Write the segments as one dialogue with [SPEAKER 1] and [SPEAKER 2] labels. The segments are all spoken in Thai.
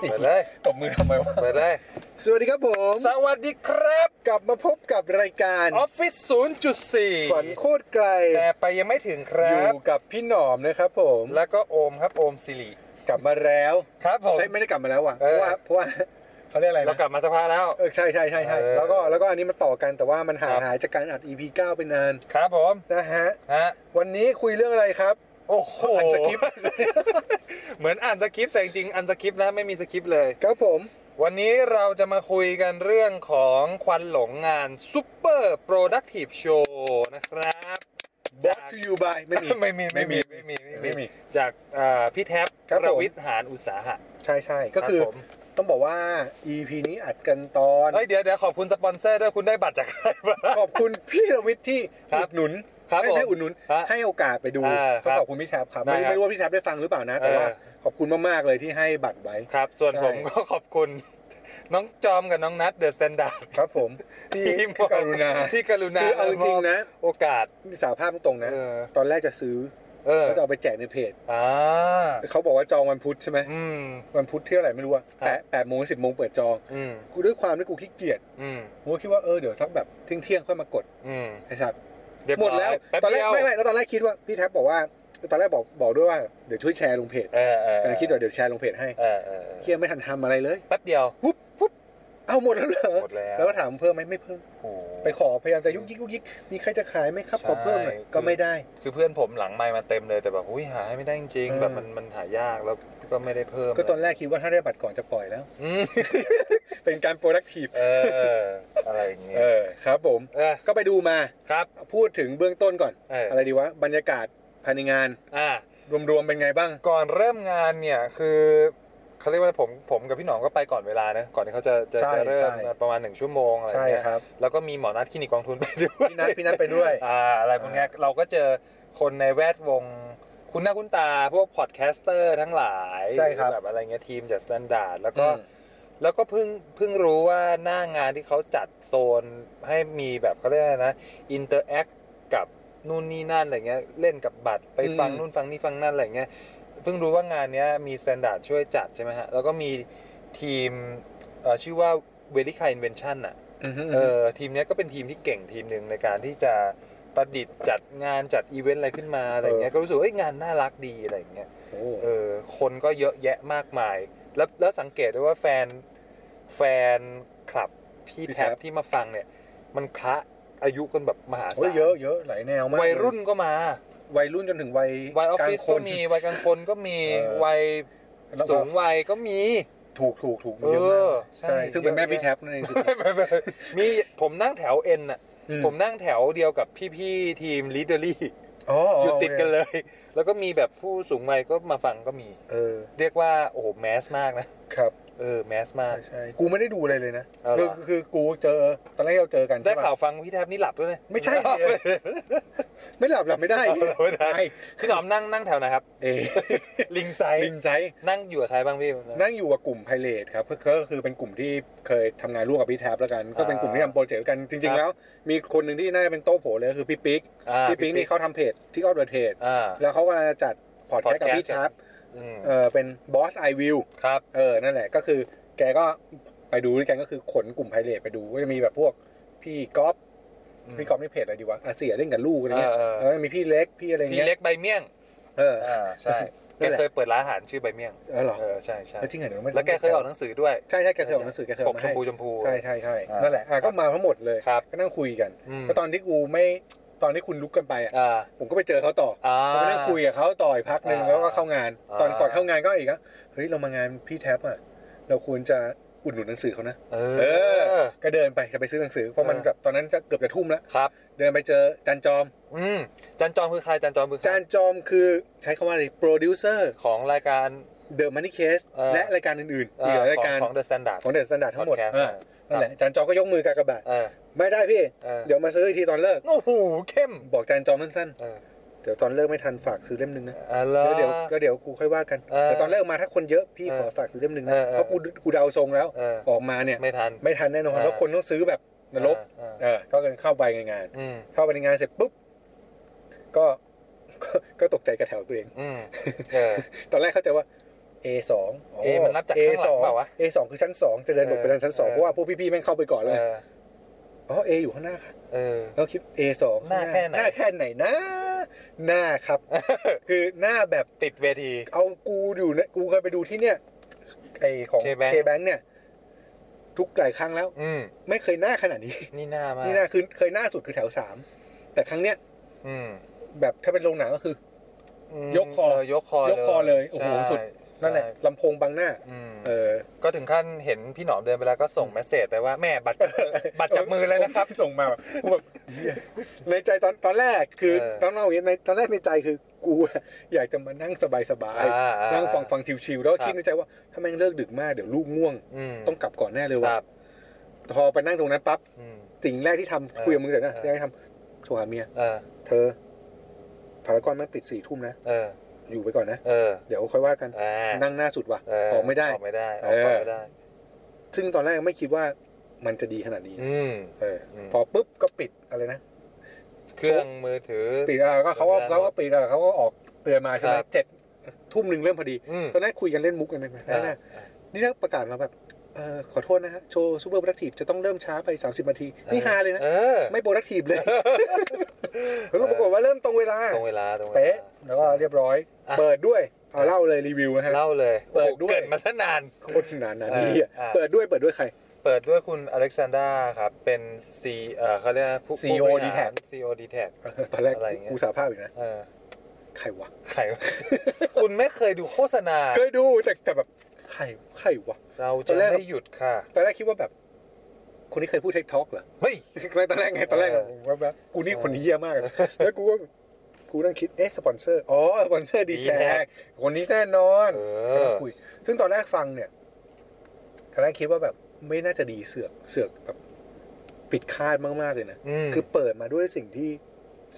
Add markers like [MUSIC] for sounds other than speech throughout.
[SPEAKER 1] เปิดเลย
[SPEAKER 2] ตบมือทำไมวะ
[SPEAKER 1] เปิดเลย
[SPEAKER 3] สวัสดีครับผม
[SPEAKER 2] สวัสดีครับ
[SPEAKER 3] กลับมาพบกับรายการ
[SPEAKER 2] ออฟฟิศ0.4
[SPEAKER 3] ฝันโคตรไกล
[SPEAKER 2] แต่ไปยังไม่ถึงครั
[SPEAKER 3] อบ ยู่กับพี่หนอมนะครับผม
[SPEAKER 2] แล้วก็โอมครับ โอมสิริ
[SPEAKER 3] กลับมาแล้ว
[SPEAKER 2] ครับผม
[SPEAKER 3] เอ้ยไม่ได้กลับมาแล้วว่ะเพ
[SPEAKER 2] เออ
[SPEAKER 3] ราะว่าเพราะว่า
[SPEAKER 2] เขาเรียกอะไรนะ
[SPEAKER 1] เรากลับมาสักพักแล้ว
[SPEAKER 3] เออใช่ใช่ใช่ใช่
[SPEAKER 1] เออ
[SPEAKER 3] แล้วก็แล้วก็อันนี้มันต่อกันแต่ว่ามันห่าง
[SPEAKER 1] ครับ
[SPEAKER 3] หายจากการอัด EP 9 ไปนาน
[SPEAKER 2] ครับผม
[SPEAKER 3] นะฮะ
[SPEAKER 2] ฮะ
[SPEAKER 3] วันนี้คุยเรื่องอะไรครับ
[SPEAKER 2] โอ้โห
[SPEAKER 3] อันสคริ
[SPEAKER 2] [LAUGHS]
[SPEAKER 3] ปต์
[SPEAKER 2] เหมือนอ่านสคริปต์แต่จริงๆอ่านสคริปต์นะไม่มีสคริปต์เลย
[SPEAKER 3] ครับผม
[SPEAKER 2] วันนี้เราจะมาคุยกันเรื่องของควันหลงงานซุปเปอร์โปรดักทีฟโชว์นะครับ
[SPEAKER 3] บอ
[SPEAKER 2] จาก ก
[SPEAKER 3] to you by ไม่มี
[SPEAKER 2] ไม่มีไม่มีไม่มี
[SPEAKER 3] ไม่มี
[SPEAKER 2] จากอ่าพี่แท็บ
[SPEAKER 3] ครับผม
[SPEAKER 2] ประวิทย์หานอุตสาหะ
[SPEAKER 3] ใช่ใช่ก็คือ
[SPEAKER 2] รับผม
[SPEAKER 3] ต้องบอกว่า EP นี้อัดกันตอน
[SPEAKER 2] เฮ้ยเดี๋ยวเดี๋ยวขอบคุณสปอนเซอร์ด้วยคุณได้บัตรจากใครบ้าง
[SPEAKER 3] [LAUGHS] ขอบคุณพี่รวิทย์ที่
[SPEAKER 2] ครั
[SPEAKER 3] อุ
[SPEAKER 2] บ
[SPEAKER 3] ดหนุน
[SPEAKER 2] ครับ
[SPEAKER 3] ไม่
[SPEAKER 2] ผม
[SPEAKER 3] ไม่อุดหนุน
[SPEAKER 2] ฮะ
[SPEAKER 3] ให้โอกาสไปดู
[SPEAKER 2] อ่า
[SPEAKER 3] เขา
[SPEAKER 2] ครับ
[SPEAKER 3] ขอบคุณพี่แท็บครับ
[SPEAKER 2] ได้
[SPEAKER 3] ไม่
[SPEAKER 2] ครับ
[SPEAKER 3] ไม่รู้ว่าพี่แท็บได้ฟังหรือเปล่านะ แต่
[SPEAKER 2] เออ
[SPEAKER 3] ว่าขอบคุณมากๆเลยที่ให้บัตรไว้
[SPEAKER 2] ครับ ส่วน
[SPEAKER 3] ใช่
[SPEAKER 2] ผมก็ขอบคุณ น้องจอมกับน้องนัทเดอะสแตนดาร์ด
[SPEAKER 3] ครับผมที่กรุณา
[SPEAKER 2] ที่กรุณา
[SPEAKER 3] คือเอาจริงๆนะ
[SPEAKER 2] โอกาส
[SPEAKER 3] สารภาพตรงๆนะ
[SPEAKER 2] เออ
[SPEAKER 3] ตอนแรกจะซื้อ
[SPEAKER 2] เออ
[SPEAKER 3] แล้วจะเอาไปแจกในเพจ
[SPEAKER 2] อ่า
[SPEAKER 3] เขาบอกว่าจองวันพุธใช่ไหม
[SPEAKER 2] อืม
[SPEAKER 3] วันพุธเที่ยวไหร่ไม่รู้อะ
[SPEAKER 2] ครับ
[SPEAKER 3] แปดแปดโมงสิบโมงเปิดจอง
[SPEAKER 2] อืม
[SPEAKER 3] กูด้วยความที่กูขี้เกียจ
[SPEAKER 2] อืม
[SPEAKER 3] กูก็คิดว่าเออเดี๋ยวสักแบบเที่ยงๆค่อยมากด
[SPEAKER 2] อืม
[SPEAKER 3] ไอ้สัตว์
[SPEAKER 2] เรียบ
[SPEAKER 3] หม
[SPEAKER 2] ร้
[SPEAKER 3] ด
[SPEAKER 2] อย
[SPEAKER 3] แล้ว
[SPEAKER 2] แป๊บ
[SPEAKER 3] ตอนแร
[SPEAKER 2] เดี
[SPEAKER 3] ก
[SPEAKER 2] ยว
[SPEAKER 3] ไม่ไม่แล้วตอนแรกคิดว่าพี่แท็บบอกว่าตอนแรกบอกบอกด้วยว่าเดี๋ยวช่วยแชร์ลงเพจ
[SPEAKER 2] เออเออก
[SPEAKER 3] ำลังคิดว่าเดี๋ยวแชร์ลงเพจให้
[SPEAKER 2] เออเออเออ
[SPEAKER 3] เคียไม่ทันทำอะไรเลย
[SPEAKER 2] แป๊บเดียว
[SPEAKER 3] ปุ๊บปุ๊บเอาหมดแล้วเหรอ
[SPEAKER 2] หมดแล้ว
[SPEAKER 3] ก็ถามเพิ่มไหมไม่เพิ่ม
[SPEAKER 2] โอ้โห
[SPEAKER 3] ไปขอพยายามจะยุกยิกยุกยิกมีใครจะขายไหมครับ
[SPEAKER 2] ใช่
[SPEAKER 3] ขอเพิ่มหน่อยก็ไม่ได้
[SPEAKER 2] คือเพื่อนผมหลังไมค์มาเต็มเลยแต่แบบอุ้ยหาให้ไม่ได้จริง
[SPEAKER 3] เอ
[SPEAKER 2] ๆ
[SPEAKER 3] อ
[SPEAKER 2] แบบมันมันหายากแล้วก็ไม่ได้เพิ่ม
[SPEAKER 3] ก็ตอนแรกคิดว่าถ้าได้บัตรก่อนจะปล่อยแล้ว
[SPEAKER 2] อืม
[SPEAKER 3] เป็นการโปรดักทีฟ
[SPEAKER 2] เอออะไรอย่างเงี้ย
[SPEAKER 3] เออครับผม
[SPEAKER 2] เออ
[SPEAKER 3] ก็ไปดูมา
[SPEAKER 2] ครับ
[SPEAKER 3] พูดถึงเบื้องต้นก่อน
[SPEAKER 2] เอออ
[SPEAKER 3] อะไรดีวะบรรยากาศภายในงาน
[SPEAKER 2] อ่า
[SPEAKER 3] รวมๆเป็นไงบ้าง
[SPEAKER 2] ก่อนเริ่มงานเนี่ยคือเขาเรียกว่าผมผมกับพี่หนองก็ไปก่อนเวลานะก่อนที่เขาจะจะ
[SPEAKER 3] ใช่
[SPEAKER 2] จะเริ่ม
[SPEAKER 3] ใช่
[SPEAKER 2] ประมาณหนึ่งชั่วโมงอะไร
[SPEAKER 3] ใช่
[SPEAKER 2] เงี้ย
[SPEAKER 3] ครับ
[SPEAKER 2] แล้วก็มีหมอนัดคลินิกกองทุนไปด้วย
[SPEAKER 3] พี่นัทพี่นัทไปด้วย
[SPEAKER 2] อ่าอะไรพวกเนี้ยเราก็เจอคนในแวดวง คุณหน้าคุณตาพวกพอดแคสเตอร์ทั้งหลาย
[SPEAKER 3] ใช่ครับ
[SPEAKER 2] แบบอะไรเงี้ยทีมจากสแตนดาร์ดแล้วก็
[SPEAKER 3] อืม
[SPEAKER 2] แล้วก็เพิ่งเพิ่งรู้ว่าหน้างานที่เขาจัดโซนให้มีแบบเขาเรียกอะไรนะอินเตอร์แอคกับนู่นนี่นั่นอะไรเงี้ยเล่นกับบัตรไปฟังนู่นฟังนี่ฟังนั่นอะไรเงี้ย เพิ่งรู้ว่างานเนี้ยมีสแตนดาร์ดช่วยจัดใช่ไหมฮะ แล้วก็มีทีมเอ่อชื่อว่าเวลิคาอินเวนชั่นอ่ะ
[SPEAKER 3] อือฮึ
[SPEAKER 2] เออทีมเนี้ยก็เป็นทีมที่เก่งทีมหนึ่งในการที่จะประดิษฐ์จัดงานจัดอีเวนต์อะไรขึ้นมาอะไรเงี้ยก็รู้สึกว่าเอ้ยงานน่ารักดีอะไรอย่างเงี้ย
[SPEAKER 3] โอ้
[SPEAKER 2] เออคนก็เยอะแยะมากมาย แล้วแล้วสังเกตด้วยว่าแฟนแฟนคลับพี่แท็บที่มาฟังเนี่ย มันคะอายุกันแบบมหา
[SPEAKER 3] โอ้
[SPEAKER 2] ศาย ล
[SPEAKER 3] เยอะเยอะหลายแนวมาก
[SPEAKER 2] วัยรุ่นก็มา
[SPEAKER 3] วัยรุ่นจนถึงวัย
[SPEAKER 2] วัยออฟฟิศ
[SPEAKER 3] ลางค
[SPEAKER 2] ก็
[SPEAKER 3] น
[SPEAKER 2] มีวัยกลางคนก็มี
[SPEAKER 3] เออ
[SPEAKER 2] วัยสูงวัยก็มี
[SPEAKER 3] ถูกถูกถูกมันเยอะ
[SPEAKER 2] เอ
[SPEAKER 3] มาก
[SPEAKER 2] อใช่
[SPEAKER 3] ใช่ซึ่งเป็นแม่
[SPEAKER 2] เยอะ
[SPEAKER 3] พี่แท็บ
[SPEAKER 2] [LAUGHS]
[SPEAKER 3] นั่นเองถูก
[SPEAKER 2] มีผมนั่งแถวเอ็นอ่ะ
[SPEAKER 3] อืม
[SPEAKER 2] ผมนั่งแถวเดียวกับพี่ๆทีมลีดเดอรี่
[SPEAKER 3] อ
[SPEAKER 2] อยู่ติดกันเลย แล้วก็มีแบบผู้สูงวัยก็มาฟังก็มี
[SPEAKER 3] เออ
[SPEAKER 2] เรียกว่าโอ้โหแมสมากนะ
[SPEAKER 3] ครับ
[SPEAKER 2] เออแมสมาก
[SPEAKER 3] ใช่ใช่กูไม่ได้ดูอะไรเลยนะ
[SPEAKER 2] เอาเหร
[SPEAKER 3] คือ อคือกูเจอตอนแรกเราเจอกัน
[SPEAKER 2] ได้
[SPEAKER 3] ใช่ปะ
[SPEAKER 2] ข่าวฟังพี่แทบนี่หลับด้วยนะ
[SPEAKER 3] ไม่ใช่เลย ไม่หลับหลับไม่ได้
[SPEAKER 2] หลับไม่ได้พี่หนอมนั่งนั่งแถวไหนครับ
[SPEAKER 3] เออ
[SPEAKER 2] ลิงไซด์
[SPEAKER 3] ลิงไซด์
[SPEAKER 2] นั่งอยู่กับใครบ้างพี่
[SPEAKER 3] นั่งอยู่กับกลุ่มไพเรตครับก็ก็คือเป็นกลุ่มที่เคยทำงานร่วมกับพี่แท็บแล้วกัน ก็เป็นกลุ่มที่ทำโปรเจกต์ด้วยกันจริง ๆ แล้ว มีคนหนึ่งที่น่าจะเป็นโต้โผเลยก็คือพี่ปิ๊ก
[SPEAKER 2] อ่า
[SPEAKER 3] พี่ปิ๊กนี่เขาทำเพจที่ออฟเดอะเทรด
[SPEAKER 2] อ่า
[SPEAKER 3] แล้วเขาก็จัดพอดแคสต์กับ
[SPEAKER 2] Podcast
[SPEAKER 3] พี่แท็บ
[SPEAKER 2] อืม
[SPEAKER 3] เออเป็นบอสไอวิว
[SPEAKER 2] ครับ
[SPEAKER 3] เออ นั่นแหละ ก็คือ แกก็ไปดูด้วยกันก็คือขนกลุ่มไพเรตไปดูก็จะมีแบบพวกพี่ก๊อฟ
[SPEAKER 2] อืม
[SPEAKER 3] พี่ก๊อฟนี่เพจอะไรดีวะอาเสียเล่นกับลูกอะไรเงี้ย
[SPEAKER 2] เออเออ
[SPEAKER 3] แล้วมีพี่เล็กพี่อะไร
[SPEAKER 2] พี่
[SPEAKER 3] เงี้ย
[SPEAKER 2] เล็กใบเมี่ยง
[SPEAKER 3] เออ
[SPEAKER 2] อ่าใช่
[SPEAKER 3] นั่
[SPEAKER 2] แก
[SPEAKER 3] นแหละ
[SPEAKER 2] เคยเปิดร้านอาหารชื่อใบเมี่ยง
[SPEAKER 3] เออเหรอ
[SPEAKER 2] เออใช่ใช่
[SPEAKER 3] เออจริงเหรอเดี๋ยวไม่
[SPEAKER 2] แล้วแกเคยออกหนังสือด้วย
[SPEAKER 3] ใช่ใช่แกเคยออกหนังสือแกเคยอ
[SPEAKER 2] ป
[SPEAKER 3] อก กมา
[SPEAKER 2] ชม
[SPEAKER 3] ให้
[SPEAKER 2] พูชมพู
[SPEAKER 3] ใช่ใช่ใช่
[SPEAKER 2] อ่านั่
[SPEAKER 3] นั่นแหละอ่ะก็มาทั้งหมดเลย
[SPEAKER 2] ครับ
[SPEAKER 3] ก็นั่งคุยกัน
[SPEAKER 2] อืม
[SPEAKER 3] ก็ตอนที่กูไม่ตอนที่คุณลุกกันไปอ่ะ
[SPEAKER 2] อ่า
[SPEAKER 3] ผมก็ไปเจอเขาต่อ
[SPEAKER 2] อ่า
[SPEAKER 3] ผมก็นั่งคุยกับเขาต่ออีกพักหนึ่ง
[SPEAKER 2] อ่า
[SPEAKER 3] แล้วก็เข้างาน
[SPEAKER 2] อ่า
[SPEAKER 3] ตอนก่อนเข้างานก็อีกอ่ะเฮ้ยเรามางานพี่แท็บอ่ะเราควรจะอุดหนุนหนังสือเขานะ
[SPEAKER 2] เอ
[SPEAKER 3] เอ
[SPEAKER 2] อ
[SPEAKER 3] อ ก็เดินไปจะไปซื้อหนังสือ เพราะมัน
[SPEAKER 2] เออ
[SPEAKER 3] แบบตอนนั้นจะเกือบจะทุ่มแล้ว
[SPEAKER 2] ครับ
[SPEAKER 3] เดินไปเจอจันจอม
[SPEAKER 2] อืมจันจอมคือใครจันจอมคือใคร
[SPEAKER 3] จันจอมคือใช้คำาว่าอะไรโปรดิวเซอร์
[SPEAKER 2] ของรายการ
[SPEAKER 3] เดอะมันนี่เคส
[SPEAKER 2] เออ
[SPEAKER 3] และรายการอื่นๆ
[SPEAKER 2] เอ่
[SPEAKER 3] อีก
[SPEAKER 2] อ
[SPEAKER 3] หลายราย
[SPEAKER 2] ของ
[SPEAKER 3] การ
[SPEAKER 2] ของ The Standard
[SPEAKER 3] ของเดอะสแตนดาร์ดทั้งหมด
[SPEAKER 2] Podcast
[SPEAKER 3] เออนั่นแหละอาจารย์จอก็ยกมือกากบาท
[SPEAKER 2] เออ
[SPEAKER 3] ไม่ได้พี่
[SPEAKER 2] เออ
[SPEAKER 3] เดี๋ยวมาซื้ออีกทีตอนเลิก
[SPEAKER 2] โอ้โหเข้ม
[SPEAKER 3] บอกอาจารย์จอสั้น
[SPEAKER 2] เออ
[SPEAKER 3] ๆเดี๋ยวตอนเลิกไม่ทันฝากซื้อเล่มหนึงนะ
[SPEAKER 2] เออเหรอ
[SPEAKER 3] แล้วเดี๋ยวแล้วเดี๋ยวกูค่อยว่ากัน
[SPEAKER 2] เออ
[SPEAKER 3] แต่ตอนแรกมาถ้าคนเยอะพี่
[SPEAKER 2] เออ
[SPEAKER 3] ขอฝากซื้อเล่มหนึ่งนะ
[SPEAKER 2] เออเออ
[SPEAKER 3] เพราะกูกูเดาทรงแล้ว
[SPEAKER 2] เออ
[SPEAKER 3] ออกมาเนี่ย
[SPEAKER 2] ไม่ทัน
[SPEAKER 3] ไม่ทันแน่นอน
[SPEAKER 2] เออ
[SPEAKER 3] แล้วคนต้องซื้อแบบนรก
[SPEAKER 2] เออเอ
[SPEAKER 3] เอ
[SPEAKER 2] อ
[SPEAKER 3] อก็เลยเข้าไปในงาน
[SPEAKER 2] อืม
[SPEAKER 3] เข้าไปในงานเสร็จปุ๊บก็ [LAUGHS] ก็ก็ตกใจกับแถวตัวเอง
[SPEAKER 2] อืมเออ
[SPEAKER 3] ตอนแรกเข้าใจว่า A2
[SPEAKER 2] เอมันนับจากข้างหลังเปล่าวะ
[SPEAKER 3] A2 คือชั้น 2 จะเดินหลบไปทางชั้น 2
[SPEAKER 2] เออ
[SPEAKER 3] เพราะว่าพวกพี่ๆแม่งเข้าไปก่อน
[SPEAKER 2] เอ
[SPEAKER 3] แล้วไง
[SPEAKER 2] อ
[SPEAKER 3] อ๋อ A อยู่ข้างหน้าค่ะ
[SPEAKER 2] เออ
[SPEAKER 3] แล้วคิด A2
[SPEAKER 2] หน้าแค่
[SPEAKER 3] ห
[SPEAKER 2] ไหน
[SPEAKER 3] น้าแค่ไหนนะ หน้าครับ
[SPEAKER 2] [LAUGHS]
[SPEAKER 3] คือหน้าแบบ
[SPEAKER 2] ติดเวที
[SPEAKER 3] เอากูอยู่เนี่ยกูเคยไปดูที่เนี่ยไอของ
[SPEAKER 2] K-Bank
[SPEAKER 3] เคแบงเนี่ย ทุกหลายครั้งแล้ว
[SPEAKER 2] อืม
[SPEAKER 3] ไม่เคยหน้าขนาดนี้
[SPEAKER 2] นี่หน้ามาก
[SPEAKER 3] นี่หน้าคือเคยหน้าสุดคือแถวสามแต่ครั้งเนี้ย
[SPEAKER 2] อืม
[SPEAKER 3] แบบถ้าเป็นโรงหนังก็คือ
[SPEAKER 2] อืม
[SPEAKER 3] ยกคอย
[SPEAKER 2] กคอย
[SPEAKER 3] ยกคอเลยโอ้โห
[SPEAKER 2] ใช่
[SPEAKER 3] สุด นั่นแหละ
[SPEAKER 2] ใช่
[SPEAKER 3] ลำโพงบังหน้า
[SPEAKER 2] อืม
[SPEAKER 3] เออ
[SPEAKER 2] ก็ถึงขั้นเห็นพี่หนอมเดินไปแล้วก็ส่งเมสเซจไปว่าแม่บัตรจับมือบัตรจับมือแล้วนะครับ
[SPEAKER 3] ผมส่งมาแบบแบบเหี้ยในใจตอนตอนแรกคือ
[SPEAKER 2] เออ
[SPEAKER 3] ตอนเราอย่างนี้ในตอนแรกในใจคือกูอะอยากจะมานั่งสบาย
[SPEAKER 2] อ่า
[SPEAKER 3] ๆ
[SPEAKER 2] อ่า
[SPEAKER 3] นั่งฟังฟังชิวๆแล้วก็
[SPEAKER 2] ครับ
[SPEAKER 3] คิดในใจว่าถ้าแม่งเลิกดึกมากเดี๋ยวลูกง่วง
[SPEAKER 2] ม
[SPEAKER 3] ต้องกลับก่อนแน่เลย
[SPEAKER 2] ค
[SPEAKER 3] ว่ะ
[SPEAKER 2] รับ
[SPEAKER 3] พอไปนั่งตรงนั้นปั๊บ
[SPEAKER 2] อืม
[SPEAKER 3] สิ่งแรกที่ทำ
[SPEAKER 2] เออ
[SPEAKER 3] คุยกับมึงเสร็จนะ
[SPEAKER 2] เออ
[SPEAKER 3] แรกที่ทำโทรหาเมีย
[SPEAKER 2] เออ
[SPEAKER 3] เธอพารากอนมันปิดสี่ทุ่มนะ
[SPEAKER 2] เออ
[SPEAKER 3] อยู่ไปก่อนนะ
[SPEAKER 2] เออ
[SPEAKER 3] เดี๋ยวค่อยว่ากัน
[SPEAKER 2] อ่า
[SPEAKER 3] นั่งหน้าสุดว่ะ
[SPEAKER 2] เ
[SPEAKER 3] ออกไม่ได้
[SPEAKER 2] ออกไม่ได้อ
[SPEAKER 3] เอ
[SPEAKER 2] อก
[SPEAKER 3] อ
[SPEAKER 2] ไปไม่ได้
[SPEAKER 3] ซึ่งตอนแรกไม่คิดว่ามันจะดีขนาดนี้
[SPEAKER 2] อืม
[SPEAKER 3] เอออ
[SPEAKER 2] ม
[SPEAKER 3] พอปุ๊บก็ปิดอะไรนะ
[SPEAKER 2] เครื่องมือถือ
[SPEAKER 3] ปิดอ่ะก็เขาก็เขาก็ปิดอ่ะเขาก็ออกเตือนมาใช่ไหม
[SPEAKER 2] ครับ
[SPEAKER 3] เจ็ดทุ่มหนึ่งเริ่มพอดี
[SPEAKER 2] อืม
[SPEAKER 3] ตอนแรกคุยกันเล่นมุกกันเลยไหม
[SPEAKER 2] อ่า
[SPEAKER 3] นะนี่ถ้าประกาศมาแบบเออขอโทษนะฮะ โชว์ซูเปอร์โปรดักทีฟจะต้องเริ่มช้าไป 30นาที นี่ฮาเลยนะ
[SPEAKER 2] เออ
[SPEAKER 3] ไม่โปรดักทีฟ
[SPEAKER 2] [LAUGHS]
[SPEAKER 3] เลยแล้วก็ปรากฏว่าเริ่มตรงเวลา
[SPEAKER 2] ตรงเวลาตรงวลา
[SPEAKER 3] เป๊ะแล้วก็เรียบร้อย
[SPEAKER 2] อ่ะ
[SPEAKER 3] เปิดด้วยเอาเล่าเลยรีวิวนะฮะ
[SPEAKER 2] เล่าเลย
[SPEAKER 3] เปิดด้วย
[SPEAKER 2] เกิดมาซะนาน
[SPEAKER 3] โคตรนานนานี่
[SPEAKER 2] อ่ะ
[SPEAKER 3] เปิดด้วยเปิดด้วยใคร
[SPEAKER 2] เปิดด้วยคุณอเล็กซานดราครับ เป็นซีเอ่อเขาเรียกว่าผู้
[SPEAKER 3] CEO
[SPEAKER 2] ผู้บริหาร
[SPEAKER 3] D-Tag
[SPEAKER 2] CEO d t a c
[SPEAKER 3] ตอนแรก
[SPEAKER 2] อะไรอย่างเงี้ย
[SPEAKER 3] กูสาภาพอีกนะ
[SPEAKER 2] เออ
[SPEAKER 3] ใครวะ
[SPEAKER 2] ใครวะ คุณไม่เคยดูโฆษณา
[SPEAKER 3] เคยดูแต่แต่แบบใครใครวะ
[SPEAKER 2] เรา
[SPEAKER 3] ต
[SPEAKER 2] จะ
[SPEAKER 3] อนแรก
[SPEAKER 2] ไม่หยุดค่ะ
[SPEAKER 3] ตอนแรกคิดว่าแบบ คนนี้เคยพูดเทคท็อกเหรอ
[SPEAKER 2] เฮ้ย
[SPEAKER 3] ไม่ตอนแรกไงตอนแรก
[SPEAKER 2] เออ
[SPEAKER 3] ผมว่าแบบกูนี่คนนี้เยี่ยมากเลย [LAUGHS] แล้วกูก็กูนั่งคิดเอ๊ะสปอนเซอร์อ๋อสปอนเซอร์ดีแท็กคนนี้แน่นอน
[SPEAKER 2] เอ
[SPEAKER 3] ก็
[SPEAKER 2] อ
[SPEAKER 3] คุย ซึ่งตอนแรกฟังเนี่ยตอนแรกคิดว่าแบบไม่น่าจะดีเสือกเสือกแบบปิดคาดมากๆเลยนะ
[SPEAKER 2] ม
[SPEAKER 3] คือเปิดมาด้วยสิ่งที่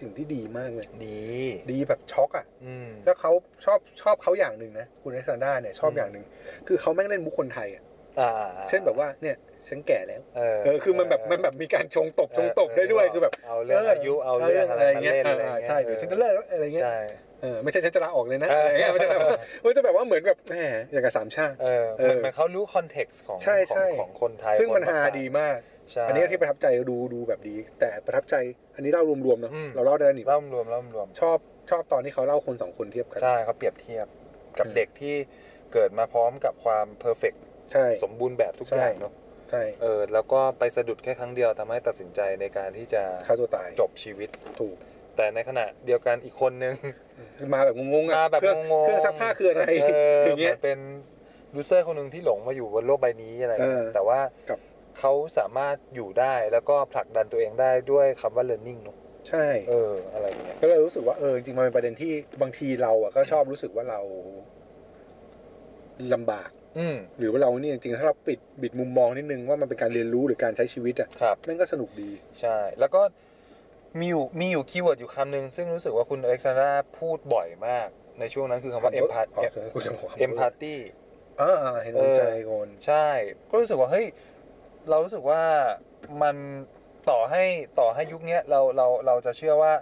[SPEAKER 3] สิ่งที่ดีมากเลย
[SPEAKER 2] ดี
[SPEAKER 3] ดีแบบช็อกอะ่ะ
[SPEAKER 2] อืม
[SPEAKER 3] แล้วเขาชอบชอบเขาอย่างหนึ่งนะ คุณเอ็กซานด้าเนี่ยชอบ
[SPEAKER 2] อืม
[SPEAKER 3] อย่างหนึ่งคือเขาแม่งเล่นมุกคนไทยอะ่ะ
[SPEAKER 2] อ่า
[SPEAKER 3] เช่นแบบว่าเนี่ยฉันแก่แล้ว
[SPEAKER 2] เออ
[SPEAKER 3] เออคือมันแบบมันแบบมีการชงตบชงตบได้ด้วยคือแบบ
[SPEAKER 2] เอาเรื่องอายุเอาเรื่องอะไรมาเล่นอะไร
[SPEAKER 3] อ่า
[SPEAKER 2] เงี้ย
[SPEAKER 3] ใช่เดี๋ยวฉันจะเลิกอะไรเงี้ย
[SPEAKER 2] ใช่
[SPEAKER 3] เออไม่ใช่ฉันจะลาออกเลย
[SPEAKER 2] เอออ
[SPEAKER 3] นะะไรเงี้ยมันจะแบบว่ามันจะแบบว่าเหมือนแบบแหมอย่างกับสามชาติ
[SPEAKER 2] เออ
[SPEAKER 3] เออ
[SPEAKER 2] มันมันเขารู้คอนเท็กซ์ของ
[SPEAKER 3] ใช่
[SPEAKER 2] ขอ
[SPEAKER 3] ใช่
[SPEAKER 2] งของคนไทย
[SPEAKER 3] ซึ่งมัน
[SPEAKER 2] ค
[SPEAKER 3] ฮา
[SPEAKER 2] ภค
[SPEAKER 3] ดีมาก
[SPEAKER 2] ใช่
[SPEAKER 3] อันนี้ที่ประทับใจดูดูแบบดี แต่ประทับใจอันนี้เล่ารวมๆเนาะ
[SPEAKER 2] อืม
[SPEAKER 3] เราเล่าได้นี่
[SPEAKER 2] เล่ารวมเล่ารวม
[SPEAKER 3] ชอบชอบตอนที่เขาเล่าคนสองคนเทียบกัน
[SPEAKER 2] ใช่เขาเปรียบเทียบกับ
[SPEAKER 3] อืม
[SPEAKER 2] เด็กที่เกิดมาพร้อมกับความเพอร์เฟก
[SPEAKER 3] ใช่
[SPEAKER 2] สมบูรณ์แบบทุก
[SPEAKER 3] ใช่
[SPEAKER 2] อย่างเนาะ
[SPEAKER 3] ใช่
[SPEAKER 2] เออแล้วก็ไปสะดุดแค่ครั้งเดียวทำให้ตัดสินใจในการที่จะ
[SPEAKER 3] ฆ่าตัวตาย
[SPEAKER 2] จบชีวิต
[SPEAKER 3] ถูก
[SPEAKER 2] แต่ในขณะเดียวกันอีกคนนึง
[SPEAKER 3] มาแบบงงๆอ่ะ
[SPEAKER 2] มาแบบ
[SPEAKER 3] เครื่อง
[SPEAKER 2] งงๆ
[SPEAKER 3] เครื่องซักผ้าคืออะไร
[SPEAKER 2] เออ
[SPEAKER 3] อย่างเงี้ย [LAUGHS]
[SPEAKER 2] หมืนเป็นลูเซอร์คนหนึ่งที่หลงมาอยู่บนโลกใบนี้อะไร
[SPEAKER 3] เออ
[SPEAKER 2] แต่ว่า
[SPEAKER 3] ครับ
[SPEAKER 2] เขาสามารถอยู่ได้แล้วก็ผลักดันตัวเองได้ด้วยคำว่า learning เนอะ
[SPEAKER 3] ใช่
[SPEAKER 2] เอออะไรอย่างเงี้ย
[SPEAKER 3] ก็เลยรู้สึกว่าเออจริงๆมันเป็นประเด็นที่บางทีเราอ่ะก็ชอบรู้สึกว่าเราลำบาก
[SPEAKER 2] อืม
[SPEAKER 3] หรือว่าเราเนี่ยจริงๆถ้าเราปิดบิดมุมมองนิดนึงว่ามันเป็นการเรียนรู้หรือการใช้ชีวิตอ่ะ
[SPEAKER 2] ครับ
[SPEAKER 3] แมันก็สนุกดี
[SPEAKER 2] ใช่ แล้วก็มีอยู่มีอยู่คีย์เวิร์ดอยู่คำหนึ่งซึ่งรู้สึกว่าคุณอเล็กซานดราพูดบ่อยมาก ในช่วงนั้นคือคำว่า empath
[SPEAKER 3] อ๋อเออกูจะบอกว่า
[SPEAKER 2] empathy
[SPEAKER 3] อ่าเห็นใจคน
[SPEAKER 2] ใช่ ก็รู้สึกว่า เฮ้ย เรารู้สึกว่ามันต่อให้ต่อให้ยุคเนี้ยเราเราเราจะเชื่อว่า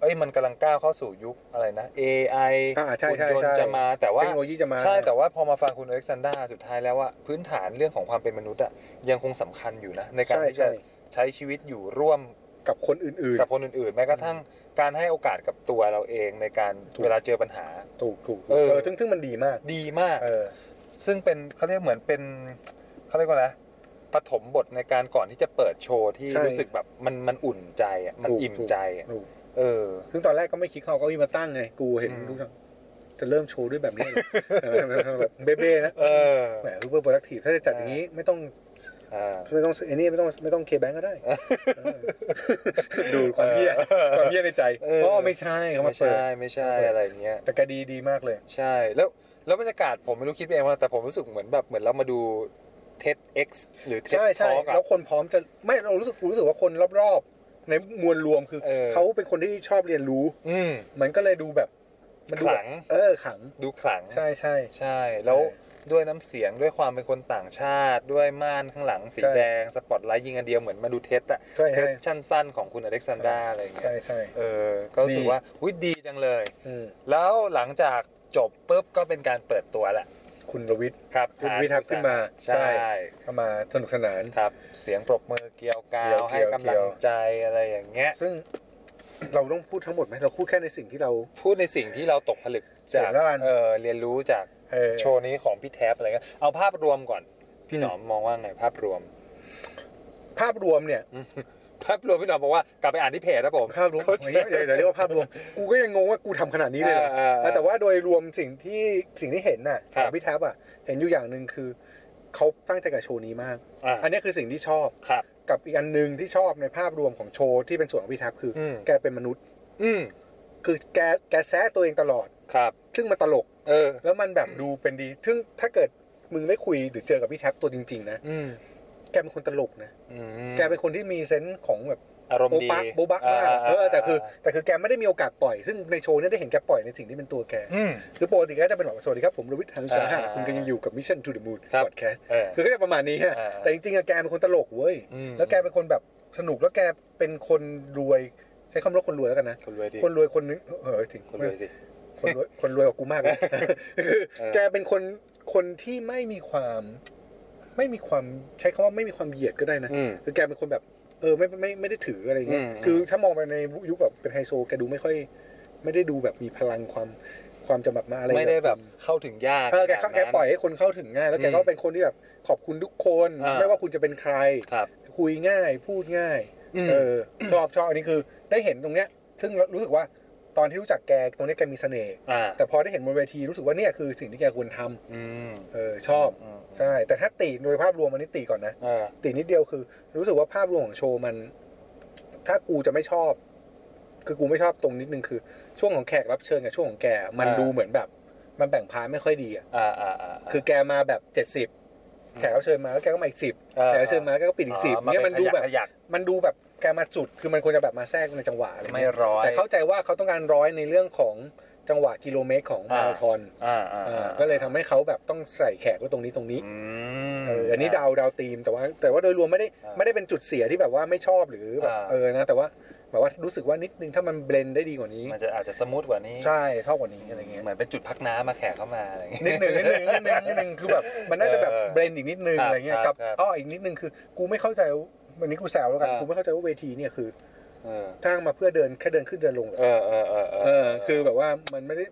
[SPEAKER 2] เอ้ยมันกำลังก้าวเข้าสู่ยุคอะไรนะ AI
[SPEAKER 3] อ่าใช่
[SPEAKER 2] หุ่น
[SPEAKER 3] ใช่
[SPEAKER 2] ยน
[SPEAKER 3] ใช่
[SPEAKER 2] ต์จะมาแต่ว่า
[SPEAKER 3] เทคโนโลยีจะมา
[SPEAKER 2] ใช่แต่ว่าพอมาฟังคุณอเล็กซานดราสุดท้ายแล้วว่าพื้นฐานเรื่องของความเป็นมนุษย์อะยังคงสำคัญอยู่นะในการ
[SPEAKER 3] ใช่
[SPEAKER 2] ที่จะ
[SPEAKER 3] ใช่
[SPEAKER 2] ใช้ชีวิตอยู่ร่วม
[SPEAKER 3] กับคนอื่น
[SPEAKER 2] กับคนอื่นๆ แม้กระทั่งการให้โอกาสกับตัวเราเองในการ
[SPEAKER 3] ถูก
[SPEAKER 2] เวลาเจอปัญหา
[SPEAKER 3] ๆ ถูกถูก
[SPEAKER 2] เออ
[SPEAKER 3] เออซึ่งซึ่งมันดีมาก
[SPEAKER 2] ดีมาก
[SPEAKER 3] เออ
[SPEAKER 2] ซึ่งเป็นเขาเรียกเหมือนเป็นเขาเรียกว่าอะไรนะปฐมบทในการก่อนที่จะเปิดโชว์ที่
[SPEAKER 3] ใช่
[SPEAKER 2] รู้สึกแบบมันมันอุ่นใจอ่ะมัน
[SPEAKER 3] ถูก
[SPEAKER 2] อิ่ม
[SPEAKER 3] ถูก
[SPEAKER 2] ใจอ่ะ
[SPEAKER 3] ถูก
[SPEAKER 2] เออ
[SPEAKER 3] ซึ่งตอนแรกก็ไม่คิดเขาก็มีมาตั้งไง กูเห็น
[SPEAKER 2] อืม
[SPEAKER 3] ทุกท่านจะเริ่มโชว์ด้วยแบบนี้เหรอ เออแบบ [LAUGHS] เบ้ๆนะ
[SPEAKER 2] เออ
[SPEAKER 3] แหมรูปเบอร์โปรดักทีฟถ้าจะจัดอย่างนี้ไม่ต้อง
[SPEAKER 2] อ่า
[SPEAKER 3] ไม่ต้องไอ้นี่ไม่ต้องไม่ต้องเคแบงก็ได้เออดูความเพี้ยความเพี้ยในใจอ๋อไม่ใช่เขามา
[SPEAKER 2] ไม่
[SPEAKER 3] เปิด
[SPEAKER 2] ใช่ไม่ใช่
[SPEAKER 3] เปิด
[SPEAKER 2] อะไรอย่างเงี้ย
[SPEAKER 3] แต่แกดีดีมากเลย
[SPEAKER 2] ใช่แล้ว แล้วบรรยากาศผมไม่รู้คิดเองว่าแต่ผมรู้สึกเหมือนแบบเหมือนเรามาดูเท็ดเอ็กซ์หรือเท็ด
[SPEAKER 3] ใช่
[SPEAKER 2] ท
[SPEAKER 3] ใช่
[SPEAKER 2] อล์ก
[SPEAKER 3] แล้วคนพร้อมจะไม่เรารู้สึกรู้สึกว่าคนรอบๆ ในมวลรวมคือ
[SPEAKER 2] เออ
[SPEAKER 3] เขาเป็นคนที่ชอบเรียนรู้
[SPEAKER 2] อืม
[SPEAKER 3] มันก็เลยดูแบบ มันดู
[SPEAKER 2] ข
[SPEAKER 3] แบ
[SPEAKER 2] ลั
[SPEAKER 3] บ
[SPEAKER 2] ง
[SPEAKER 3] เออขลัง
[SPEAKER 2] ดูขลัง
[SPEAKER 3] ใช่ใช่
[SPEAKER 2] ใช่ แล้วด้วยน้ำเสียงด้วยความเป็นคนต่างชาติ ด้วยม่านข้างหลังสี
[SPEAKER 3] ใช่
[SPEAKER 2] แดง สปอตไลท์ยิงอันเดียวเหมือนมาดูเทสอะ
[SPEAKER 3] ใช่
[SPEAKER 2] เท
[SPEAKER 3] ใช่
[SPEAKER 2] สชั้นสั้นของคุณอเล็กซานดราอะไรอย่างเงี้
[SPEAKER 3] ใช่
[SPEAKER 2] ย
[SPEAKER 3] ใช่
[SPEAKER 2] เออ ก็รู้สึก
[SPEAKER 3] ดี
[SPEAKER 2] ว่าอุ้ยดีจังเลย
[SPEAKER 3] อืม
[SPEAKER 2] แล้วหลังจากจบปุ๊บก็เป็นการเปิดตัวแหละ
[SPEAKER 3] คุณรวิทย์
[SPEAKER 2] ครับ
[SPEAKER 3] คุณ
[SPEAKER 2] ห
[SPEAKER 3] วิทักษ์ขึ้นมา
[SPEAKER 2] ใช่
[SPEAKER 3] เข้ามาสนุกสนาน
[SPEAKER 2] ครับ เสียงปรบมือเกลียวกรา
[SPEAKER 3] เกลียว
[SPEAKER 2] ว
[SPEAKER 3] เกลียว
[SPEAKER 2] ให้กำลังใจอะไรอย่างเงี้ย
[SPEAKER 3] ซึ่ง เราต้องพูดทั้งหมดไหมเราพูดแค่ในสิ่งที่เรา
[SPEAKER 2] พูดในสิ่งที่เราตกผลึกจาก
[SPEAKER 3] เห็นแล้วกัน
[SPEAKER 2] เออเรียนรู้จาก
[SPEAKER 3] เออ
[SPEAKER 2] โชว์นี้ของพี่แท็บอะไรเงี้ยเอาภาพรวมก่อน พี่หนอมมองว่าไงภาพรวม
[SPEAKER 3] ภาพรวมเนี่ย
[SPEAKER 2] ภาพรวมพี่หนอมบอกว่ากลับไปอ่านที่เพจนะผม
[SPEAKER 3] ภาพรวม
[SPEAKER 2] เข้าใจ
[SPEAKER 3] เดี๋ยวเดี๋ยวเรียกว่าภาพรวม กูก็ยังงงว่ากูทำขนาดนี้เลยเหรอ
[SPEAKER 2] เออเออ
[SPEAKER 3] แต่ว่าโดยรวมสิ่งที่สิ่งที่เห็นน่ะ
[SPEAKER 2] ครั
[SPEAKER 3] ข
[SPEAKER 2] บ
[SPEAKER 3] องพี่แท็บอ่ะ เห็นอยู่อย่างหนึ่งคือ เขาตั้งใจกับโชว์นี้มาก
[SPEAKER 2] อ่ะ
[SPEAKER 3] อันนี้คือสิ่งที่ชอบ
[SPEAKER 2] ครับ
[SPEAKER 3] กับอีกอันหนึ่งที่ชอบในภาพรวมของโชว์ที่เป็นส่วนของพี่แท็บคืออ
[SPEAKER 2] ม
[SPEAKER 3] แกเป็นมนุษย์
[SPEAKER 2] อืม
[SPEAKER 3] คือแกแกแซะตัวเองตลอด
[SPEAKER 2] ครับ
[SPEAKER 3] ซึ่งมันตลก
[SPEAKER 2] เออ
[SPEAKER 3] แล้วมันแบบดูเป็นดี ซึ่งถ้าเกิดมึงได้คุยหรือเจอกับพี่แท็บตัวจริงๆนะ
[SPEAKER 2] อืม
[SPEAKER 3] แกเป็นคนตลกนะ
[SPEAKER 2] อืม
[SPEAKER 3] แกเป็นคนที่มีเซนส์ของแบบ
[SPEAKER 2] อารมณ์
[SPEAKER 3] โบะ
[SPEAKER 2] ดี
[SPEAKER 3] บักโบะบักมากเออแต่คือแต่คือแกไม่ได้มีโอกาสปล่อย ซึ่งในโชว์เนี่ยได้เห็นแกปล่อยในสิ่งที่เป็นตัวแก
[SPEAKER 2] อืม
[SPEAKER 3] คือปกติแกจะเป็นแบบสวัสดีครับ ผมรวิทย์หานุสาหะ
[SPEAKER 2] อ่า
[SPEAKER 3] คุณก็ยังอยู่กับ Mission to the Moon
[SPEAKER 2] ครับ
[SPEAKER 3] Podcast
[SPEAKER 2] เออ
[SPEAKER 3] คือก็จะประมาณนี้ฮะ
[SPEAKER 2] อ่า
[SPEAKER 3] แต่จริงๆอะแกเป็นคนตลกเว้ย
[SPEAKER 2] อืม
[SPEAKER 3] แล้วแกเป็นคนแบบสนุกแล้วแกเป็นคนรวย ใช้คำว่าคนรวยแล้วกันนะ
[SPEAKER 2] คนรวยดิ
[SPEAKER 3] คนรวยคนนึงเออจริง
[SPEAKER 2] คนรวยสิ
[SPEAKER 3] คนรวยคนรวยกว่ากูมากเลยคือ
[SPEAKER 2] [LAUGHS] เออ
[SPEAKER 3] แกเป็นคนคนที่ไม่มีความ ไม่มีความใช้คำว่าไม่มีความเหยียดก็ได้นะ
[SPEAKER 2] อืม
[SPEAKER 3] คือแกเป็นคนแบบ เออไม่ไม่ไม่ได้ถืออะไรเงี้ย
[SPEAKER 2] อืม
[SPEAKER 3] คือถ้ามองไปในยุคแบบเป็นไฮโซแกดูไม่ค่อย ไม่ได้ดูแบบมีพลังความความจะแบบมาอะไร
[SPEAKER 2] ไม่ได้แบบเข้าถึงยาก
[SPEAKER 3] เออแก
[SPEAKER 2] ข
[SPEAKER 3] เข้า
[SPEAKER 2] นาด
[SPEAKER 3] แก
[SPEAKER 2] นั้น
[SPEAKER 3] ปล่อยให้คนเข้าถึงง่าย แล้วแกก็
[SPEAKER 2] อืม
[SPEAKER 3] เป็นคนที่แบบขอบคุณทุกคน
[SPEAKER 2] อ่า
[SPEAKER 3] ไม่ว่าคุณจะเป็นใคร
[SPEAKER 2] ครับ
[SPEAKER 3] คุยง่ายพูดง่าย
[SPEAKER 2] อืม
[SPEAKER 3] เออชอบชอบอันนี้คือได้เห็นตรงเนี้ย ซึ่งรู้สึกว่าตอนที่รู้จักแกตรงเนี้ยแกมีเสน่ห์
[SPEAKER 2] อ่า
[SPEAKER 3] แต่พอได้เห็นบนเวทีรู้สึกว่าเนี่ยคือสิ่งที่แกควรทำ
[SPEAKER 2] อืม
[SPEAKER 3] เออชอบ
[SPEAKER 2] ม
[SPEAKER 3] ใช่แต่ถ้าติโดยภาพรวมอันนี้ติก่อนนะ
[SPEAKER 2] เออ
[SPEAKER 3] ตินิดเดียวคือ รู้สึกว่าภาพรวมของโชว์มัน ถ้ากูจะไม่ชอบ คือกูไม่ชอบตรงนิดนึงคือ ช่วงของแขกรับเชิญกับช่วงของแก มัน
[SPEAKER 2] อ่า
[SPEAKER 3] ดูเหมือนแบบ มันแบ่งพาร์ทไม่ค่อยดีอ่ะ
[SPEAKER 2] อ่าอ่าอ่า
[SPEAKER 3] คือแกมาแบบเจ็ดสิบแขกรับเชิญมาแล้วแกก็มาอีกสิบ
[SPEAKER 2] ออ
[SPEAKER 3] แขกรับเชิญมาแล้วแกก็ปิดอีกสิบ
[SPEAKER 2] า
[SPEAKER 3] เนี่ยมันดูแบบ
[SPEAKER 2] ขยัก
[SPEAKER 3] มันดูแบบแกมาจุด คือมันควรจะแบบมาแทรกในจังหวะอะไร
[SPEAKER 2] ๆ
[SPEAKER 3] เงี้ย
[SPEAKER 2] ไม่ร้อย
[SPEAKER 3] แต่เข้าใจว่าเขาต้องการร้อยในเรื่องของจังหวะกิโลเมตรของมาราธอน
[SPEAKER 2] อ่าอ่า
[SPEAKER 3] เอ
[SPEAKER 2] อ่า
[SPEAKER 3] อก็เลยทำให้เขาแบบต้องใส่แขกไว้ตรงนี้ตรงนี้
[SPEAKER 2] อืม
[SPEAKER 3] เอออันนี้เดาวดาวตีมแต่ว่า แต่ว่าโดยรวมไม่ได้
[SPEAKER 2] อ่า
[SPEAKER 3] ไม่ได้เป็นจุดเสียที่แบบว่าไม่ชอบหรือแบบ
[SPEAKER 2] อ่า
[SPEAKER 3] เออนะแต่ว่าแบบว่ารู้สึกว่านิดนึงถ้ามันเบลนได้ดีกว่านี้
[SPEAKER 2] มันจะอาจจะสมูทกว่านี้
[SPEAKER 3] ใช่ชอบกว่านี้อะไรเงี้ย
[SPEAKER 2] เหมือนเป็นจุดพักน้ำมาแขกเข้ามาอะไรอย่างเงี้ย
[SPEAKER 3] นิดหนึ่งนิดหนึ่งนิดหนึ่งนิดหนึ่งคือแบบมันน่าจะแบบ
[SPEAKER 2] เออ
[SPEAKER 3] เบลนอีกนิดนึง
[SPEAKER 2] ครับ
[SPEAKER 3] อะไรเงี้ย
[SPEAKER 2] ครั
[SPEAKER 3] กับบ
[SPEAKER 2] ครับ
[SPEAKER 3] อ้ออีกนิดนึงคือ กูไม่เข้าใจว่าวันนี้กูแซวแล้วกัน
[SPEAKER 2] อ่า
[SPEAKER 3] กูไม่เข้าใจว่าเวทีเนี่ยคือ
[SPEAKER 2] เออ
[SPEAKER 3] สร้างมาเพื่อเดินแค่เดินขึ้นเดินลงเหรอ
[SPEAKER 2] เออเออเออ
[SPEAKER 3] เออ คือแบบว่ามันไม่ได้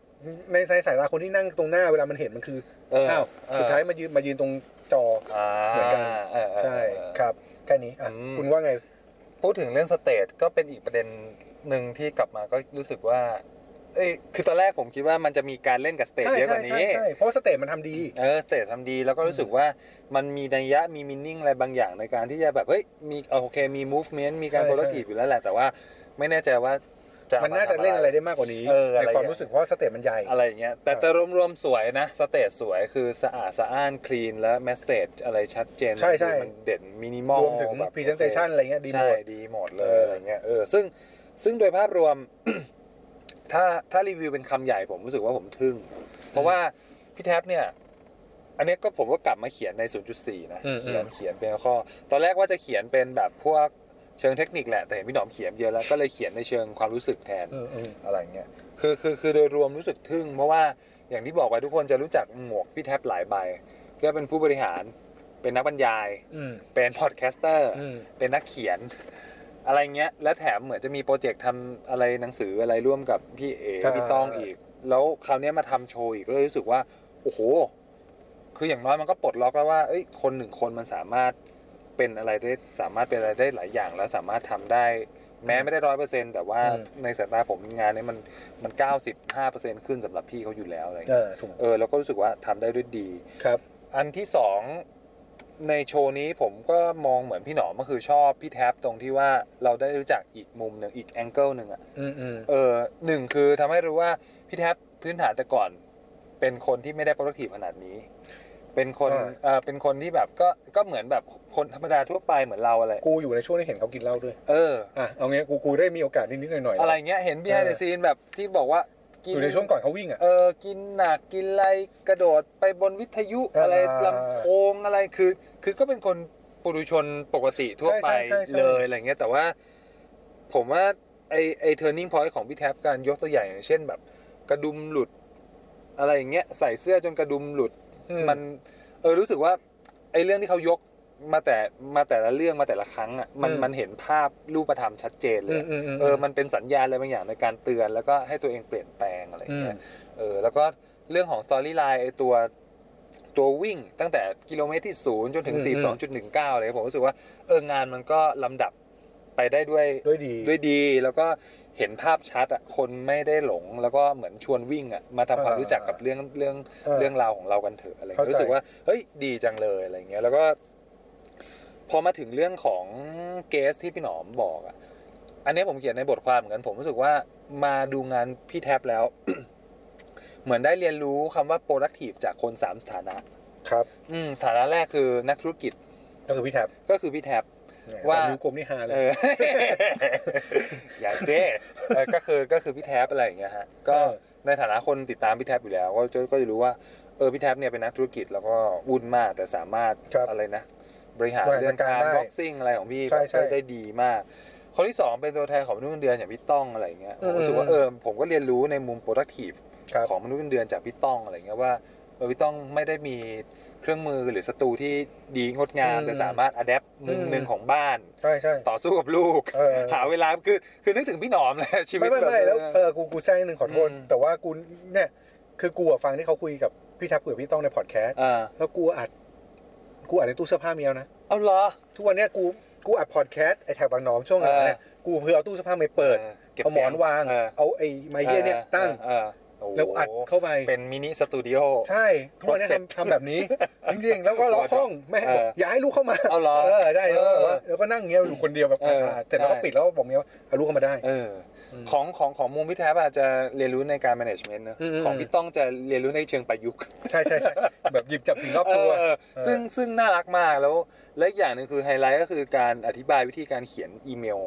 [SPEAKER 3] ในสายสายตาคนที่นั่งตรงหน้าเวลามันเห็นมันคือ
[SPEAKER 2] เออ
[SPEAKER 3] อ้าว
[SPEAKER 2] เออ
[SPEAKER 3] สุดท้ายมายืนมายืนตรงจอ
[SPEAKER 2] า
[SPEAKER 3] เหมือนกัน
[SPEAKER 2] เออเออเออ
[SPEAKER 3] ใช่ครับแค่นี้อ่ะ
[SPEAKER 2] อืม
[SPEAKER 3] คุณว่าไง
[SPEAKER 2] พูดถึงเรื่องสเตจก็เป็นอีกประเด็นหนึ่งที่กลับมาก็รู้สึกว่า เอ้ยคือตอนแรกผมคิดว่ามันจะมีการเล่นกับสเตจเยอะกว่านี้
[SPEAKER 3] ใช่ใช่ใช่เพราะว่าสเตทมันทำดี
[SPEAKER 2] เออสเตจทำดีแล้วก็รู้สึกว่ามันมีนัยยะมีมินิ่งอะไรบางอย่างในการที่จะแบบเฮ้ยมีเอาโอเคมี movement มีการ
[SPEAKER 3] ใช่ใช่
[SPEAKER 2] productive อยู่แล้วแหละ แต่ว่าไม่แน่ใจว่าจะ
[SPEAKER 3] มันน่าจะ
[SPEAKER 2] ทำ
[SPEAKER 3] เล่นอะไรได้มากกว่านี้
[SPEAKER 2] เอออะไร
[SPEAKER 3] ในความรู้สึกเพราะว่าสเตทมันใหญ่
[SPEAKER 2] อะไรอย่างเงี้ยแต่
[SPEAKER 3] ครับ
[SPEAKER 2] แต่รวมๆสวยนะสเตจสวยคือสะอาดสะอ้านคลีนและแมสเซจอะไรชัดเจน
[SPEAKER 3] ใช่ใช่
[SPEAKER 2] มันเด่นมินิมอล
[SPEAKER 3] รวมถึง
[SPEAKER 2] แบบ
[SPEAKER 3] พรีเซนเตชันอะไรเงี้ยดีหม
[SPEAKER 2] ใช่
[SPEAKER 3] ด
[SPEAKER 2] ดีหมดเล
[SPEAKER 3] เอย ออ
[SPEAKER 2] อะไรเงี้ยเออซึ่งซึ่งโดยภาพรวม [COUGHS] ถ้าถ้ารีวิวเป็นคำใหญ่ผมรู้สึกว่าผมทึ่ง เพราะว่าพี่แท็บเนี่ย อันเนี้ยก็ผมก็กลับมาเขียนใน 0.4 นะ
[SPEAKER 3] อืม
[SPEAKER 2] เขียน
[SPEAKER 3] อืม
[SPEAKER 2] เขียนเป็นข้อ ตอนแรกว่าจะเขียนเป็นแบบพวกเชิงเทคนิคแหละแต่เห็นพี่หนอมเขียนเยอะแล้วก็เลยเขียนในเชิงความรู้สึกแทน
[SPEAKER 3] เออเออ
[SPEAKER 2] อะไรเงี้ย คือคือคือโดยรวมรู้สึกทึ่ง เพราะว่าอย่างที่บอกไปทุกคนจะรู้จักหมวกพี่แท็บหลายใบก็เป็นผู้บริหาร เป็นนักบรรยาย
[SPEAKER 3] อืม
[SPEAKER 2] เป็นพอดแคสเตอร์
[SPEAKER 3] อืม
[SPEAKER 2] เป็นนักเขียน [LAUGHS] อะไรเงี้ย และแถมเหมือนจะมีโปรเจกต์ทำอะไรหนังสืออะไรร่วมกับพี่เอ
[SPEAKER 3] อ่า
[SPEAKER 2] พี่ต้องอีก แล้วคราวเนี้ยมาทำโชว์อีกก็เลยรู้สึกว่า โอ้โห คืออย่างน้อยมันก็ปลดล็อกแล้วว่าเอ้ยคนหนึ่งคนมันสามารถเป็นอะไรได้สามารถเป็นอะไรได้หลายอย่าง แล้วสามารถทำได้ แม้ไม่ได้ร้อยเปอร์เซ็นแต่ว่า
[SPEAKER 3] อืม
[SPEAKER 2] ในสายตาผมงานเนี้ยมันมันเก้าสิบห้าเปอร์เซ็นขึ้นสำหรับพี่เขาอยู่แล้วอะไร
[SPEAKER 3] เอ
[SPEAKER 2] เงี้ย
[SPEAKER 3] อถูก
[SPEAKER 2] เออเราก็รู้สึกว่าทำได้ด้วยดี
[SPEAKER 3] ครับ
[SPEAKER 2] อันที่สองในโชว์นี้ผมก็มองเหมือนพี่หนอมก็คือชอบพี่แท็บตรงที่ว่าเราได้รู้จักอีกมุมหนึ่งอีกแองเกิลหนึ่งอะ
[SPEAKER 3] อืมอืม
[SPEAKER 2] เออหนึ่งคือทำให้รู้ว่าพี่แท็บพื้นฐานแต่ก่อน เป็นคนที่ไม่ได้ productive ขนาดนี้ เป็นคน
[SPEAKER 3] อ่า
[SPEAKER 2] เอ่อเป็นคนที่แบบก็ก็เหมือนแบบคนธรรมดาทั่วไปเหมือนเราอะไร
[SPEAKER 3] กูอยู่ในช่วงที่เห็นเขากินเหล้าด้วย
[SPEAKER 2] เออ
[SPEAKER 3] อ่ะเอางี้กูกูได้มีโอกาสนิดๆหน่อยๆ
[SPEAKER 2] อะไรเงี้ยเห็น behind the scene แบบที่บอกว่ากิน
[SPEAKER 3] อยู่ในช่วงก่อนเขาวิ่งอ่ะ
[SPEAKER 2] เออกินหนักกินอะไรกระโดดไปบนวิทยุ
[SPEAKER 3] อ่า
[SPEAKER 2] อะไรลำโพงอะไรคือ คือก็เป็นคนปุถุชนปกติทั่วไป
[SPEAKER 3] ใช่ใช่ใช่
[SPEAKER 2] เลยอะไรเงี้ยแต่ว่าผมว่าไอไอ turning point ของพี่แท็บการยกตัวอย่างอย่างเช่นแบบ กระดุมหลุด อะไรอย่างเงี้ยใส่เสื้อจนกระดุมหลุด มันเออรู้สึกว่าไอ้เรื่องที่เขายกมาแต่มาแต่ละเรื่องมาแต่ละครั้งอ่ะมัน
[SPEAKER 3] อืม
[SPEAKER 2] มันเห็นภาพรูปธรรมชัดเจนเลย
[SPEAKER 3] ม
[SPEAKER 2] เออ มันเป็นสัญญาณอะไรบางอย่างในการเตือนแล้วก็ให้ตัวเองเปลี่ยนแปลงอะไรอ
[SPEAKER 3] อื
[SPEAKER 2] ย่าง
[SPEAKER 3] ม
[SPEAKER 2] เงี้ย เออ แล้วก็เรื่องของสตอรี่ไลน์ไอตัวตัววิ่งตั้งแต่กิโลเมตรที่ศูนย์จนถึง 42.19เลยครับผมรู้สึกว่าเอองานมันก็ลำดับไปได้ด้วย
[SPEAKER 3] ด้วยดี
[SPEAKER 2] ด้วยดี แล้วก็เห็นภาพชัดอ่ะคนไม่ได้หลง แล้วก็เหมือนชวนวิ่งอ่ะมาทำความรู้จักกับเรื่องเรื่อง เรื่องราวของเรากันเถอะอะไรเงี้ย
[SPEAKER 3] เข้าใจ
[SPEAKER 2] รู้สึกว่าเฮ้ยดีจังเลยอะไรเงี้ยแล้วก็ พอมาถึงเรื่องของเกสที่พี่หนอมบอกอ่ะอันเนี้ยผมเขียนในบทความเหมือนกันผมรู้สึกว่ามาดูงานพี่แท็บแล้ว [COUGHS] เหมือนได้เรียนรู้คำว่า productive จากคนสามสถานะ
[SPEAKER 3] ครับ
[SPEAKER 2] อืมสถานะแรกคือนักธุรกิจ
[SPEAKER 3] ก็คือพี่แท็บ
[SPEAKER 2] ก็คือพี่แท็บ
[SPEAKER 3] เนี่ย
[SPEAKER 2] ว่า
[SPEAKER 3] ตอนนิ้วกลมนี่ฮาเล
[SPEAKER 2] เอย อ [LAUGHS] อย่าเซ่เออก็คือก็คือพี่แท็บอะไรอย่างเงี้ยฮะก็
[SPEAKER 3] เออ
[SPEAKER 2] ในฐานะคนติดตามพี่แท็บอยู่แล้ว ก็จะก็จะรู้ว่าเออพี่แท็บเนี่ยเป็นนักธุรกิจแล้วก็วุ่นมากแต่สามารถ
[SPEAKER 3] ครับ
[SPEAKER 2] อะไรนะ บริหาร
[SPEAKER 3] บริหาร
[SPEAKER 2] เรื่องการ
[SPEAKER 3] จัดการได้
[SPEAKER 2] บ็อกซิ่งอะไรของพี่
[SPEAKER 3] ใช่ใช่
[SPEAKER 2] ได้ได้ดีมาก คนที่สองเป็นตัวแทนของมนุษย์เงินเดือนอย่างพี่ต้องอะไรอย่างเงี้ยผมรู้สึกว่า
[SPEAKER 3] อืม
[SPEAKER 2] เออผมก็เรียนรู้ในมุม productive
[SPEAKER 3] ครับ
[SPEAKER 2] ของมนุษย์เงินเดือนจากพี่ต้องอะไรเงี้ยว่าเออพี่ต้องไม่ได้มีเครื่องมือหรือสตูที่ดีงดงาม
[SPEAKER 3] อืม
[SPEAKER 2] แต่สามารถอัดแอปมุม
[SPEAKER 3] อืม
[SPEAKER 2] หนึ่งของบ้าน
[SPEAKER 3] ใช่ใช่
[SPEAKER 2] ต่อสู้กับลูก
[SPEAKER 3] เออ
[SPEAKER 2] หาเวลาคือคือนึกถึงพี่หนอมเลย [LAUGHS] ชีวิ
[SPEAKER 3] ไม่
[SPEAKER 2] ต
[SPEAKER 3] ไม่ไม่แล้ว
[SPEAKER 2] บบ
[SPEAKER 3] เออกูกูแซงนิดนึงขอโทษ
[SPEAKER 2] อืม
[SPEAKER 3] แต่ว่ากูเนี่ยคือกูอะฟังที่เขาคุยกับพี่แท็บคุยกับพี่ต้องในพอดแคสต์
[SPEAKER 2] เออ
[SPEAKER 3] แล้วกูอัดกูอัดในตู้เสื้อผ้าเมียวนะ
[SPEAKER 2] เอาเหรอ
[SPEAKER 3] ทุกวันเนี้ยกูกูอัดพอดแคสต์ไอ้แท็บบางหนอมช่วงหลังเนี่ยกูเพื่อเอาตู้เสื้อผ้าไปเปิด
[SPEAKER 2] ออก็บ
[SPEAKER 3] เอาหมอนวาง
[SPEAKER 2] เออ
[SPEAKER 3] เอาไอ้ไม้เยี่ยเนี่ยตั้ง
[SPEAKER 2] เออเออ
[SPEAKER 3] แล้วอัด
[SPEAKER 2] โโห
[SPEAKER 3] เข้าไป
[SPEAKER 2] เป็นมินิสตูดิโอ
[SPEAKER 3] ใช่ทุกวันนี้
[SPEAKER 2] Closet
[SPEAKER 3] ทำทำแบบนี้ จริงๆ แล้วก็ล็อกห้องไม่ให้
[SPEAKER 2] [LAUGHS] เออ
[SPEAKER 3] อย่าให้ลูกเข้ามา
[SPEAKER 2] เอาเหรอ
[SPEAKER 3] เออได้แล้วก็แบบว่า
[SPEAKER 2] เออ
[SPEAKER 3] แล้วก็นั่งเงี้ยอยู่คนเดียวแบบ
[SPEAKER 2] เอออ่
[SPEAKER 3] าเสร็จแล้วก็
[SPEAKER 2] ใช่
[SPEAKER 3] ปิดแล้วก็บอกเมียว่าเอาลูกเข้ามาได้
[SPEAKER 2] เอออ
[SPEAKER 3] ม
[SPEAKER 2] ของของของมุมพี่แทบอาจจะเรียนรู้ในการ management เนอะ
[SPEAKER 3] อืม
[SPEAKER 2] ของพี่ต้องจะเรียนรู้ในเชิงประยุกต์
[SPEAKER 3] ใช่ใช่ใช่ [LAUGHS] แบบหยิบจับสิ่งรอบตัว
[SPEAKER 2] เออซึ่งซึ่งน่ารักมากแล้วและอีกอย่างหนึ่งคือไฮไลท์ก็คือการอธิบายวิธีการเขียนอีเมล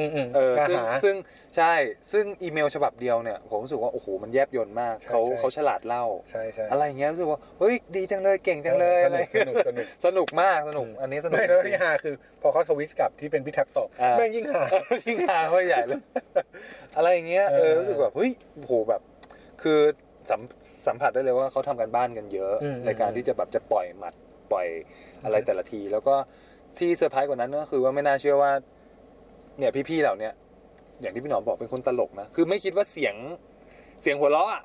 [SPEAKER 3] อืม
[SPEAKER 2] เออ
[SPEAKER 3] ๆ
[SPEAKER 2] ซึ่ง
[SPEAKER 3] หา
[SPEAKER 2] ซึ่งใช่ ซึ่งอีเมลฉบับเดียวเนี่ย ผมรู้สึกว่า โอ้โห มันแยบยนต์มาก
[SPEAKER 3] ใช่
[SPEAKER 2] เขา
[SPEAKER 3] ใช่
[SPEAKER 2] เขาฉลาดเล่า
[SPEAKER 3] ใช่ใช่
[SPEAKER 2] อะไรอย่างเงี้ยรู้สึกว่า เฮ้ย ดีจังเลย เก่งจังเลยอะไร
[SPEAKER 3] สนุกสนุก
[SPEAKER 2] สนุกมาก สนุก อันนี้สนุก
[SPEAKER 3] ไม่แล้ว
[SPEAKER 2] จริง
[SPEAKER 3] ที่ฮาคือ พอเขาทวิสกลับที่เป็นพี่แท็บตอบ
[SPEAKER 2] อ่า
[SPEAKER 3] แม่งยิ่งฮา
[SPEAKER 2] เออชิงหา [LAUGHS] เขาใหญ่เลย อะไรอย่างเงี้ย เอ
[SPEAKER 3] เอ
[SPEAKER 2] อ
[SPEAKER 3] อ
[SPEAKER 2] รู้สึกแบบ เฮ้ยโอ้โห แบบ คือสัมสัมผัสได้เลยว่าเขาทำกันบ้านกันเยอะ
[SPEAKER 3] อืม
[SPEAKER 2] ในการที่จะแบบจะปล่อยหมัด ปล่อยอะไร
[SPEAKER 3] อืม
[SPEAKER 2] แต่ละที แล้วก็ที่เซอร์ไพรส์กว่านั้นก็คือว่าไม่น่าเชื่อว่า เนี่ยพี่ๆเหล่าเนี้ยอย่างที่พี่หนอมบอกเป็นคนตลกนะ คือไม่คิดว่าเสียง เสียงหัวเราะอะ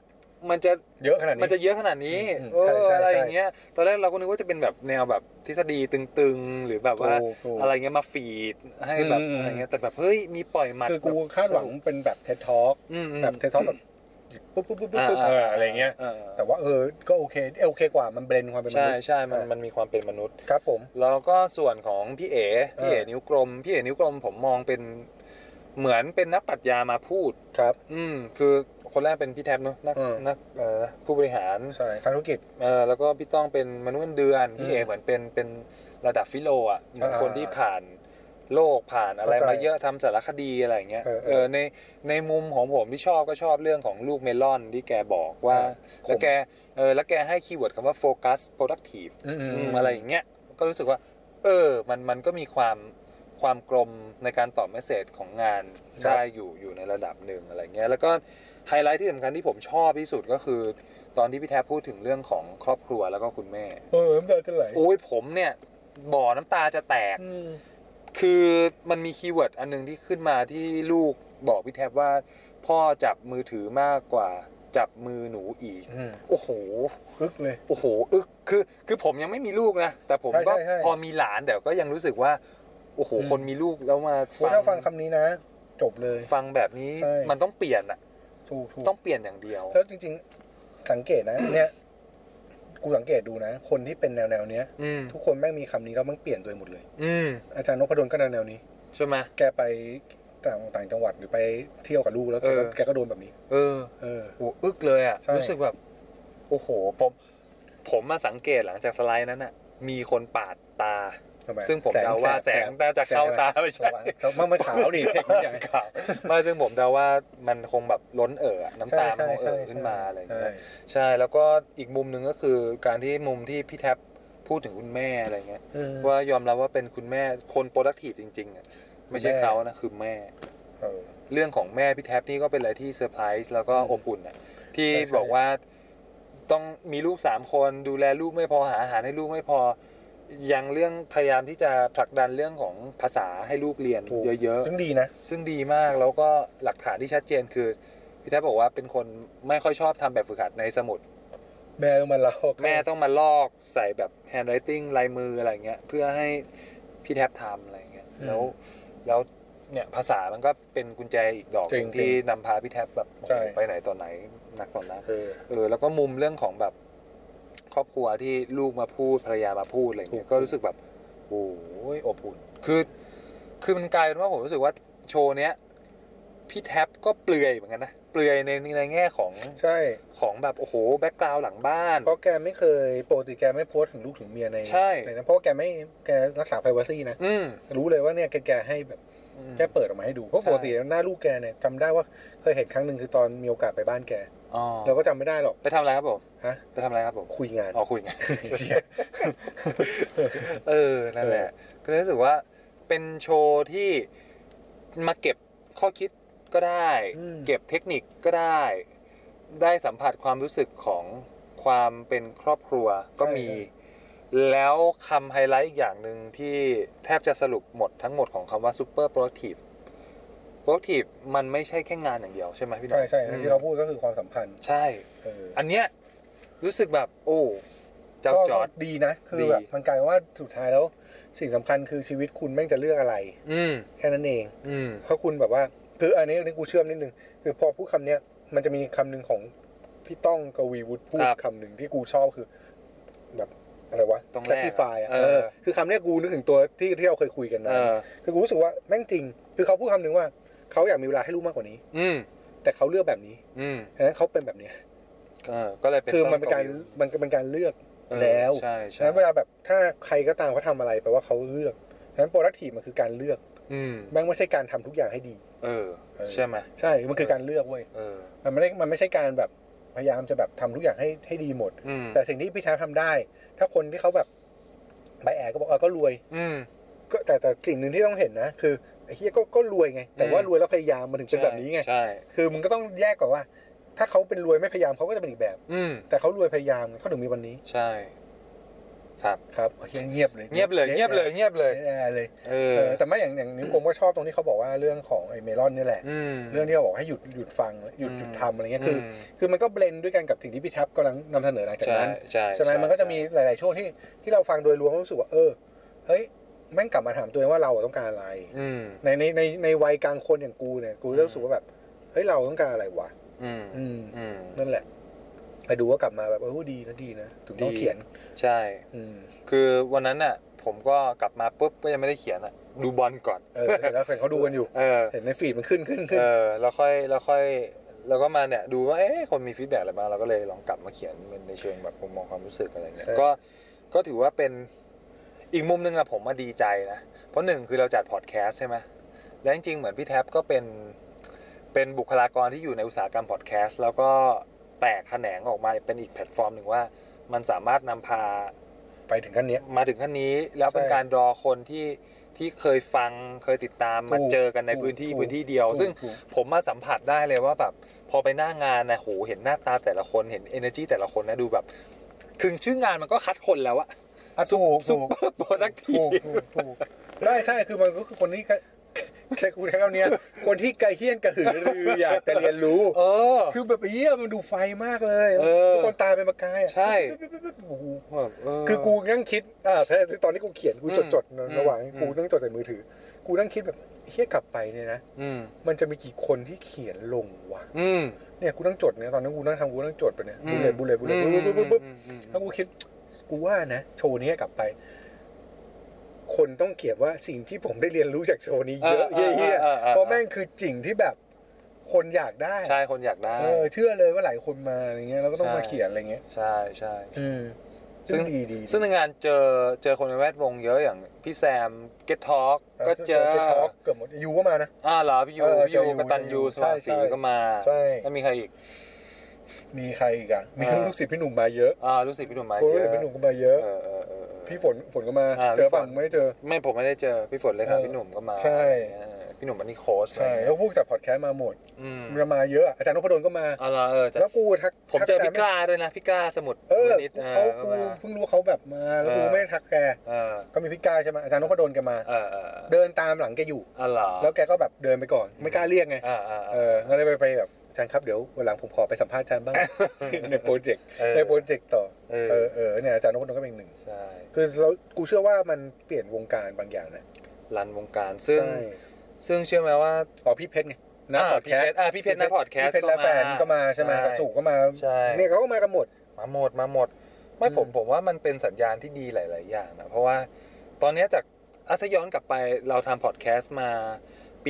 [SPEAKER 2] มันจะ
[SPEAKER 3] เยอะขนาดนี้
[SPEAKER 2] มันจะเยอะขนาดนี้
[SPEAKER 3] อืม
[SPEAKER 2] เอ
[SPEAKER 3] ใช่
[SPEAKER 2] อ
[SPEAKER 3] ใช่
[SPEAKER 2] อะไร
[SPEAKER 3] ใช่
[SPEAKER 2] อย่างเงี้ย ตอนแรกเราก็นึกว่าจะเป็นแบบแนวแบบทฤษฎีตึงๆ หรือแบบว่า
[SPEAKER 3] ถูกถูก
[SPEAKER 2] อะไรเงี้ยมาฟีดให้แบบ
[SPEAKER 3] อืม
[SPEAKER 2] อะไรเงี้ย แต่แบบเฮ้ยมีปล่อยหมัด
[SPEAKER 3] คือกูคาดหวังเป็นแบบเท็ดท็อก
[SPEAKER 2] อืมอืม
[SPEAKER 3] แบบเท็ดท็อกแบบปุ๊บปุ๊บปุ๊บปุ๊บ
[SPEAKER 2] า
[SPEAKER 3] ปุ๊บเอออะไรเงี้ย
[SPEAKER 2] า
[SPEAKER 3] แต่ว่าเออก็โอเคเอ้ยโอเคกว่ามันเบรนความเป็นม
[SPEAKER 2] ใช่
[SPEAKER 3] นุษย์
[SPEAKER 2] ใช่มันมันมีความเป็นมนุษย์
[SPEAKER 3] ครับผม
[SPEAKER 2] แล้วก็ส่วนของพี่เอ๋พี่เอ๋
[SPEAKER 3] เออ
[SPEAKER 2] นิ้วกลมพี่เอ๋นิ้วกลมผมมองเป็นเหมือนเป็นนักปรัชญามาพูด
[SPEAKER 3] ครับ
[SPEAKER 2] อืมคือคนแรกเป็นพี่แท็บเนอะนัก
[SPEAKER 3] เออ
[SPEAKER 2] นักเอ่อผู้บริหาร
[SPEAKER 3] ใช่ทางธุรกิจ
[SPEAKER 2] เออแล้วก็พี่ต้องเป็นมนุษย์เงินเดือนพี่เอ
[SPEAKER 3] อืม
[SPEAKER 2] เหมือนเป็นเป็นระดับฟิโลอ่ะเหมือน
[SPEAKER 3] อ่า
[SPEAKER 2] คนที่ผ่านโลกผ่านอะไร
[SPEAKER 3] เข้าใจ
[SPEAKER 2] มาเยอะทำสารคดีอะไรอย่างเงี้ย
[SPEAKER 3] เออเออ
[SPEAKER 2] เออในในมุมของผมที่ชอบก็ชอบเรื่องของลูกเมลอนที่แกบอกว่า
[SPEAKER 3] อ่าขม
[SPEAKER 2] แล้วแกเออแล้วแกให้คีย์เวิร์ดคำว่าโฟกัส productive
[SPEAKER 3] อืม
[SPEAKER 2] อื
[SPEAKER 3] อืม
[SPEAKER 2] ม
[SPEAKER 3] อืม
[SPEAKER 2] อะไรอย่างเงี้ยก็รู้สึกว่า เออมันมันก็มีความความกลมในการตอบเมสเซจของงาน
[SPEAKER 3] ครับ
[SPEAKER 2] ได้อยู่อยู่ในระดับหนึ่งอะไรเงี้ยแล้วก็ไฮไลท์ที่สำคัญที่ผมชอบที่สุดก็คือ ตอนที่พี่แทบพูดถึงเรื่องของครอบครัวแล้วก็คุณแม่
[SPEAKER 3] เออน้ำตาจะไหล
[SPEAKER 2] โอ้ยผมเนี่ย บ่อน้ำตาจะแตก
[SPEAKER 3] อืม
[SPEAKER 2] คือมันมีคีย์เวิร์ดอันหนึงที่ขึ้นมาที่ลูกบอกพี่แทบว่า พ่อจับมือถือมากกว่าจับมือหนูอีก
[SPEAKER 3] อืม
[SPEAKER 2] โอ้โห
[SPEAKER 3] อึกเลย
[SPEAKER 2] โอ้โหอึกคือ คือผมยังไม่มีลูกนะ แต่ผมก็
[SPEAKER 3] ใช่ใช่ใช่
[SPEAKER 2] พอมีหลานเดี๋ยวก็ยังรู้สึกว่า โอ้โห
[SPEAKER 3] อืม
[SPEAKER 2] คนมีลูกแล้วมา
[SPEAKER 3] โอ้ยถ้าฟังคำนี้นะ จบเลย
[SPEAKER 2] ฟังแบบนี้
[SPEAKER 3] ใช่
[SPEAKER 2] มันต้องเปลี่ยนอะ
[SPEAKER 3] ถูกถูก
[SPEAKER 2] ต้องเปลี่ยนอย่างเดียว
[SPEAKER 3] แล้วจริง ๆ สังเกตนะ เนี่ย กูสังเกตดูนะ คนที่เป็นแนวแนวๆเนี้ย
[SPEAKER 2] อืม
[SPEAKER 3] ทุกคนแม่งมีคำนี้แล้วแม่งเปลี่ยนตัวเองหมดเลย
[SPEAKER 2] อืม
[SPEAKER 3] อาจารย์นพดลก็แนวแนวๆนี้
[SPEAKER 2] ใช่ไหม
[SPEAKER 3] แกไปต่างต่างจังหวัดหรือไปเที่ยวกับลูกแล้วแกก็
[SPEAKER 2] เออ
[SPEAKER 3] แกก็โดนแบบนี้
[SPEAKER 2] เออ
[SPEAKER 3] เออ
[SPEAKER 2] โอ้อึกเลยอะ
[SPEAKER 3] ใช่
[SPEAKER 2] รู้สึกแบบ โอ้โหผมผมมาสังเกตหลังจากสไลด์นั้นน่ะ มีคนปาดตา
[SPEAKER 3] ทำไ
[SPEAKER 2] ซึ่งผมเดาว่าแสงน่าจะเข้าตาไม่
[SPEAKER 3] แส
[SPEAKER 2] ใช่
[SPEAKER 3] งอะไรมันมันขาวนี่
[SPEAKER 2] ข่าวไม่ซึ่งผมเดาว่ามันคงแบบล้นเอ่ออะน้ำตามันคงเอ่อขึ้นมาอะไรอย่างเงี้ย ใช่แล้วก็อีกมุมหนึ่งก็คือการที่มุมที่พี่แท็บพูดถึงคุณแม่อะไรเงี้ยว่ายอมรับว่าเป็นคุณแม่คนโปรดักทีฟจริงๆอ่ะไม่ใช่
[SPEAKER 3] แม่
[SPEAKER 2] เขานะคือแม่ เรื่องของแม่พี่แท็บนี่ก็เป็นอะไรที่เซอร์ไพรส์แล้วก็อบอุ่นอ่ะที่
[SPEAKER 3] ใช่ใช่
[SPEAKER 2] บอกว่าต้องมีลูกสามคนดูแลลูกไม่พอหาอาหารให้ลูกไม่พอ ยังเรื่องพยายามที่จะผลักดันเรื่องของภาษาให้ลูกเรียนเยอะๆ
[SPEAKER 3] ซึ่งดีนะ
[SPEAKER 2] ซึ่งดีมากแล้วก็หลักฐานที่ชัดเจนคือพี่แทบบอกว่าเป็นคนไม่ค่อยชอบทำแบบฝึกหัดในสมุด
[SPEAKER 3] แม่ต้องมาเล่า
[SPEAKER 2] แม่ต้องมาลอกใส่แบบแฮนด์ไรติ้งลายมืออะไรเงี้ยเพื่อให้พี่แทบทำอะไรเงี้ยแล้วแล้วเนี่ยภาษามันก็เป็นกุญแจอีกดอกหนึ่ง
[SPEAKER 3] จริงๆ
[SPEAKER 2] ที่นำพาพี่แทบแบบโอ้โห
[SPEAKER 3] ใช่
[SPEAKER 2] ไปไหนต่อไหนนักต่อนัก
[SPEAKER 3] เออ
[SPEAKER 2] เออแล้วก็มุมเรื่องของแบบครอบครัวที่ลูกมาพูดภรรยามาพูดอะไร
[SPEAKER 3] ถู
[SPEAKER 2] เงี้
[SPEAKER 3] ก
[SPEAKER 2] ยก็รู้สึกแบบโอ้ยอบอุ่นคือ คือมันกลายเป็นว่าผมรู้สึกว่าโชว์เนี้ยพี่แท็บก็เปลือยเหมือนกันนะ เปลือยในในแง่ของ
[SPEAKER 3] ใช่
[SPEAKER 2] ของแบบ โอ้โห แบ็กกราวหลังบ้าน
[SPEAKER 3] เพราะแกไม่เคยปกติแกไม่โพสต์ถึงลูกถึงเมียใน
[SPEAKER 2] ใช่
[SPEAKER 3] นนั้นเพราะแกไม่แกรักษา p r i เวซีนะ
[SPEAKER 2] อืม
[SPEAKER 3] รู้เลยว่าเนี่ยแกแกให้แบบ
[SPEAKER 2] อืม
[SPEAKER 3] แกเปิดออกมาให้ดูเพราะ
[SPEAKER 2] ใช่
[SPEAKER 3] ปกติหน้าลูกแกเนี่ยจำได้ว่าเคยเห็นครั้งหนึ่งคือตอนมีโอกาสไปบ้านแก
[SPEAKER 2] อ๋อ
[SPEAKER 3] เราก็จำไม่ได้หรอก
[SPEAKER 2] ไปทำอะไรครับผม
[SPEAKER 3] ฮะ
[SPEAKER 2] ไปทำอะไรครับผม
[SPEAKER 3] คุยงาน
[SPEAKER 2] อ๋อคุยไง
[SPEAKER 3] เชี่ย
[SPEAKER 2] เออนั่นแหละ ก็เลยรู้สึกว่าเป็นโชว์ที่มาเก็บข้อคิดก็ได้
[SPEAKER 3] อืม
[SPEAKER 2] เก็บเทคนิคก็ได้ ได้สัมผัสความรู้สึกของความเป็นครอบครัวก็มี แล้วคำไฮไลท์อีกอย่างหนึ่งที่แทบจะสรุปหมดทั้งหมดของคำว่า super productive productive มันไม่ใช่แค่งานอย่างเดียวใช่ไหมพี่หน้อ
[SPEAKER 3] ใช่
[SPEAKER 2] ย
[SPEAKER 3] ใช่
[SPEAKER 2] อืม
[SPEAKER 3] ที่เขาพูดก็คือความสัมพันธ์
[SPEAKER 2] ใช่
[SPEAKER 3] เออ
[SPEAKER 2] อันเนี้ยรู้สึกแบบโอ้ เจ้า
[SPEAKER 3] ก็
[SPEAKER 2] จอด
[SPEAKER 3] ก็ดีนะ คือ
[SPEAKER 2] ดี
[SPEAKER 3] แบบมันกลายเป็นว่าสุดท้ายแล้วสิ่งสำคัญคือชีวิตคุณแม่งจะเลือกอะไร
[SPEAKER 2] อืม
[SPEAKER 3] แค่นั้นเอง
[SPEAKER 2] อืม
[SPEAKER 3] เพราะคุณแบบว่า คืออันนี้อันนี้กูเชื่อมนิดนึง คือพอพูดคำเนี้ย มันจะมีคำหนึ่งของพี่ต้องกวีวุฒิพูด
[SPEAKER 2] ครับ
[SPEAKER 3] คำหนึ่งที่กูชอบคือ แบบอะไรวะ
[SPEAKER 2] ต้องแลก
[SPEAKER 3] sacrifice อะ
[SPEAKER 2] เอ
[SPEAKER 3] เอ
[SPEAKER 2] อ
[SPEAKER 3] อ คือคำเนี้ยกูนึกถึงตัวที่ที่เราเคยคุยกัน
[SPEAKER 2] เอ
[SPEAKER 3] นะ
[SPEAKER 2] อ
[SPEAKER 3] คือกูรู้สึกว่าแม่งจริง คือเขาพูดคำหนึ่งว่าเขาอยากมีเวลาให้ลูกมากกว่านี้
[SPEAKER 2] อืม
[SPEAKER 3] แต่เขาเลือกแบบนี้
[SPEAKER 2] อืม
[SPEAKER 3] ฉะนั้นเขาเป็นแบบเนี้ย
[SPEAKER 2] เออก็เลยเป็น
[SPEAKER 3] คือมันเป็นการมันเป็นการเลือก
[SPEAKER 2] เออ
[SPEAKER 3] แล้ว
[SPEAKER 2] ใช่
[SPEAKER 3] ฉะ
[SPEAKER 2] ใช่
[SPEAKER 3] นั้นเวลาแบบถ้าใครก็ตามเขาทำอะไรแปลว่าเขาเลือกฉะนั้นโปรดักทีมันคือการเลือก
[SPEAKER 2] อืม
[SPEAKER 3] แม่งไม่ใช่การทำทุกอย่างให้ดี
[SPEAKER 2] เออ
[SPEAKER 3] เออ
[SPEAKER 2] ใช่ไหม
[SPEAKER 3] ใช่ มันคือการเลือกเว้ย
[SPEAKER 2] เออ
[SPEAKER 3] มันไม่ได้มันไม่ใช่การแบบพยายามจะแบบทำทุกอย่างให้ให้ดีหมด
[SPEAKER 2] อืม
[SPEAKER 3] แต่สิ่งที่พี่แท้ทำได้ ถ้าคนที่เขาแบบใบแอก็บอกเออก็รวย
[SPEAKER 2] อืม
[SPEAKER 3] ก็แต่แต่สิ่งหนึ่งที่ต้องเห็นนะ คือไอ้เฮียก็ก็รวยไง แต่ว่า
[SPEAKER 2] อืม
[SPEAKER 3] รวยแล้วพยายามมันถึงเป็นแบบนี้ไง
[SPEAKER 2] ใช่
[SPEAKER 3] คือมันก็ต้องแยกก่อนว่า ถ้าเขาเป็นรวยไม่พยายามเขาก็จะเป็นอีกแบบ
[SPEAKER 2] อืม
[SPEAKER 3] แต่เขารวยพยายามเขาถึงมีวันนี้
[SPEAKER 2] ใช่ ครับ
[SPEAKER 3] ครับเฮียเงียบเลย
[SPEAKER 2] เงียบเลย เงียบเลย เงียบเลย
[SPEAKER 3] เงียบเลย
[SPEAKER 2] เอ
[SPEAKER 3] เอ
[SPEAKER 2] อ
[SPEAKER 3] อแต่ไม่อย่างอย่างนิ้วกลมก็ชอบตรงที่เขาบอกว่าเรื่องของไอ้เมลอนนี่แหละ
[SPEAKER 2] อืม
[SPEAKER 3] เรื่องที่เขาบอกให้หยุดหยุดฟังหยุด
[SPEAKER 2] อืม
[SPEAKER 3] หยุดทำอะไรเงี้ยคืออ
[SPEAKER 2] ม
[SPEAKER 3] คือมันก็เบลนด์ด้วยกันกับสิ่งที่พี่แท็บกำลังนำเสนอหลังจากนั้น
[SPEAKER 2] ใช่
[SPEAKER 3] ใช่ไหมมันก็จะมีหลาย ๆ ช่วงที่ที่เราฟังโดยรวมแล้วรู้สึกว่าเออเฮ้ยแม่งกลับมาถามตัวเองว่าเราต้องการอะไร
[SPEAKER 2] อืม
[SPEAKER 3] ในในในในวัยกลางคนอย่างกูเนี่ยกูรู้สึกว่าแบบเฮ้ยเราต้องการอะไรวะ
[SPEAKER 2] อืม
[SPEAKER 3] อืม
[SPEAKER 2] อืม
[SPEAKER 3] นั่นแหละไปดูก็กลับมาแบบเออดีนะดีนะถึงต้อง
[SPEAKER 2] ดี
[SPEAKER 3] เขียน
[SPEAKER 2] ใช่
[SPEAKER 3] อืม
[SPEAKER 2] คือวันนั้นน่ะ ผมก็กลับมาปุ๊บก็ยังไม่ได้เขียนอ่ะ ดูบอลก่อน
[SPEAKER 3] เออเห็นแล้วเห็นเขาดูกันอยู่
[SPEAKER 2] เออ
[SPEAKER 3] เห็นในฟีดมันขึ้นขึ้นขึ้น
[SPEAKER 2] เออ แล้วค่อย แล้วค่อย แล้วก็มาเนี่ย ดูว่า เอ๊ะ คนมีฟีดแบ็กอะไรบ้าง เราก็เลยลองกลับมาเขียนเป็นในเชิงแบบมุมมองความรู้สึกอะไรเงี้ย ก็ ก็ถือว่าเป็น อีกมุมหนึงอะผมมาดีใจนะ เพราะหนึ่งคือเราจัดพอดแคสต์ใช่ไหมแล้วจริงๆ เหมือนพี่แท็บก็เป็น เป็นบุคลากรที่อยู่ในอุตสาหกรรมพอดแคสต์ แล้วก็แตกแขนงออกมาเป็นอีกแพลตฟอร์มหนึ่งว่า มันสามารถนำพา
[SPEAKER 3] ไปถึงขั้นเนี้ย
[SPEAKER 2] มาถึงขั้นนี้แล้วเป็น
[SPEAKER 3] ใช่
[SPEAKER 2] การรอคนที่ที่เคยฟังเคยติดตามมา
[SPEAKER 3] ถูก
[SPEAKER 2] เจอกันใน
[SPEAKER 3] ถูก
[SPEAKER 2] พื้นที่
[SPEAKER 3] ถูก
[SPEAKER 2] พื้นที่เดียว ซึ่ง
[SPEAKER 3] ถูก
[SPEAKER 2] ผมมาสัมผัสได้เลยว่าแบบพอไปหน้างานนะโหเห็นหน้าตาแต่ละคนเห็น energy แต่ละคนนะดูแบบ คือชื่องานมันก็คัดคนแล้วอะ
[SPEAKER 3] อ่ะถูก
[SPEAKER 2] ซุ
[SPEAKER 3] ถู
[SPEAKER 2] ป
[SPEAKER 3] ก
[SPEAKER 2] เปอร์โปรดักที
[SPEAKER 3] ถูกถูกถูกใช่ใช่คือมันก็คือคนที่แค่กูแค่คำเนี้ยคนที่กระเฮี้ยนกระหือรืออยากจะเรียนรู้
[SPEAKER 2] เออ
[SPEAKER 3] คือแบบไอ้เยี่ยมันดูไฟมากเลย
[SPEAKER 2] เออ
[SPEAKER 3] ทุกคนตาเป็นประกายอะ
[SPEAKER 2] ใช่
[SPEAKER 3] โอ้โห
[SPEAKER 2] แบบเ
[SPEAKER 3] คือกูนั่งคิดอ่าถ้าตอนที่กูเขียนกูจดจดๆ
[SPEAKER 2] อืม
[SPEAKER 3] ระหว่าง
[SPEAKER 2] อืม
[SPEAKER 3] กูนั่งจดใส่มือถือ กูนั่งคิดแบบเฮี้ยกลับไปเนี่ยนะ
[SPEAKER 2] อืม
[SPEAKER 3] มันจะมีกี่คนที่เขียนลงวะ
[SPEAKER 2] อืม
[SPEAKER 3] เนี่ยกูนั่งจดเนี่ยตอนนั้นกูนั่งทำกูนั่งจดไปเนี่ย
[SPEAKER 2] อื
[SPEAKER 3] บุ
[SPEAKER 2] ม
[SPEAKER 3] เลตบุเลตบุเลตปุ๊บปุ๊บปุ๊บปุ๊บ
[SPEAKER 2] อืมอืม
[SPEAKER 3] แล้วกูคิดกูว่านะ โชว์นี้กลับไป คนต้องเขียนว่าสิ่งที่ผมได้เรียนรู้จากโชว์นี้เยอะเยี่ย
[SPEAKER 2] อออออออออ
[SPEAKER 3] เพราะแม่งคือจริงที่แบบ คนอยากได้
[SPEAKER 2] ใช่คนอยากได้
[SPEAKER 3] เออเชื่อเลยว่าหลายคนมาอะไรเงี้ยเราก็ต้อง
[SPEAKER 2] ใช่
[SPEAKER 3] มาเขียนอะไรเงี้ย
[SPEAKER 2] ใช่ใช่
[SPEAKER 3] อืม
[SPEAKER 2] ซึ่
[SPEAKER 3] ซึ่
[SPEAKER 2] ง
[SPEAKER 3] งดีดี
[SPEAKER 2] ซึ่งในงานเจอเจอคนในแวดวงเยอะอย่างพี่แซม Get Talk ก็เจอ
[SPEAKER 3] เจอทอล์กเกือบหมดยูก็มานะ
[SPEAKER 2] อ่าเหรอพี่ยู
[SPEAKER 3] เออ
[SPEAKER 2] พี่
[SPEAKER 3] เจออ
[SPEAKER 2] ยู
[SPEAKER 3] ยู่
[SPEAKER 2] กตันยูส
[SPEAKER 3] ใช่
[SPEAKER 2] ว่างศรี
[SPEAKER 3] ใช่
[SPEAKER 2] ก็มา
[SPEAKER 3] ใช่
[SPEAKER 2] แล้วมีใครอีก
[SPEAKER 3] มีใครอีกอ่ะ มี
[SPEAKER 2] เออ
[SPEAKER 3] ลูกศิษย์พี่หนุ่มมาเยอะ
[SPEAKER 2] อ่ารู้สึกพี่หนุ่มมา
[SPEAKER 3] คน
[SPEAKER 2] เย
[SPEAKER 3] รู้
[SPEAKER 2] อะ
[SPEAKER 3] ศิษย์พี่หนุ่มก็มาเยอะ
[SPEAKER 2] เออเออเออเออ
[SPEAKER 3] พี่ฝนฝนก็มา
[SPEAKER 2] อ่า
[SPEAKER 3] เจอ
[SPEAKER 2] พี่ฝ
[SPEAKER 3] ป่ะ
[SPEAKER 2] น
[SPEAKER 3] ผมไม่ได้เจอ
[SPEAKER 2] ไม่ผมไม่ได้เจอพี่ฝนเลยค่ะพี่หนุ่มก็มา
[SPEAKER 3] ใช่
[SPEAKER 2] เออพี่หนุ่มมันนี่โค้ช
[SPEAKER 3] ใช่แล้วพวกจากพอดแคสต์มาหมด
[SPEAKER 2] อืม
[SPEAKER 3] มันมาเยอะอะอาจารย์นพดลก็มา
[SPEAKER 2] เอาละเออจะ
[SPEAKER 3] แล้วกูทัก
[SPEAKER 2] ผม
[SPEAKER 3] ทัก
[SPEAKER 2] เจอ
[SPEAKER 3] แก
[SPEAKER 2] พี่
[SPEAKER 3] ไม่
[SPEAKER 2] กล้าด้วยนะพี่กล้าสมุด
[SPEAKER 3] เออ
[SPEAKER 2] นิด
[SPEAKER 3] เขา
[SPEAKER 2] เอ
[SPEAKER 3] กู
[SPEAKER 2] อ
[SPEAKER 3] เพิ่งรู้เขาแบบมา แล้วกูไม่ได้ทักแก
[SPEAKER 2] เออ
[SPEAKER 3] ก็มีพี่กายใช่ไหมอาจารย์นพดลแกมา
[SPEAKER 2] เออเออ
[SPEAKER 3] เดินตามหลังแกอยู่
[SPEAKER 2] เอาเหรอ
[SPEAKER 3] แล้วแกก็แบบเดินไปก่อน ไม่กล้าเรียกไง
[SPEAKER 2] เออเออ
[SPEAKER 3] เอ
[SPEAKER 2] เอ
[SPEAKER 3] อ
[SPEAKER 2] อ
[SPEAKER 3] ก็เลยไปไปแบบอาจารย์ครับเดี๋ยววันหลังผมขอไปสัมภาษณ์อาจารย์
[SPEAKER 2] [LAUGHS]
[SPEAKER 3] บ้าง ในโปรเจกต์
[SPEAKER 2] เออ
[SPEAKER 3] ในโปรเจกต์ต่อ
[SPEAKER 2] เอ
[SPEAKER 3] เอ
[SPEAKER 2] อ
[SPEAKER 3] อเออเนี่ยอาจารย์นพดลก็เป็นอีกหนึ่ง
[SPEAKER 2] ใช่
[SPEAKER 3] คือเรากูเชื่อว่ามันเปลี่ยนวงการบางอย่างนะ
[SPEAKER 2] รันวงการซึ่ง
[SPEAKER 3] ใช่
[SPEAKER 2] ซึ่งเชื่อไหมว่า
[SPEAKER 3] อ๋อพี่เพชรไงนะ
[SPEAKER 2] อ่า
[SPEAKER 3] พอด
[SPEAKER 2] พี่
[SPEAKER 3] แคส
[SPEAKER 2] เพช
[SPEAKER 3] ต์
[SPEAKER 2] รอ่าพี่เพชรนะพอดแคสต์
[SPEAKER 3] พี่เพชรและแฟนก็มาใช่ไหมกระสุก็มา
[SPEAKER 2] ใช่
[SPEAKER 3] เนี่ยเขาก็มากันหมด
[SPEAKER 2] มาหมดมาหมด ไม่ผม
[SPEAKER 3] อืม
[SPEAKER 2] ผมว่ามันเป็นสัญญาณที่ดีหลาย ๆ อย่างนะ เพราะว่าตอนเนี้ยจากอะถ้าย้อนกลับไปเราทำพอดแคสต์มา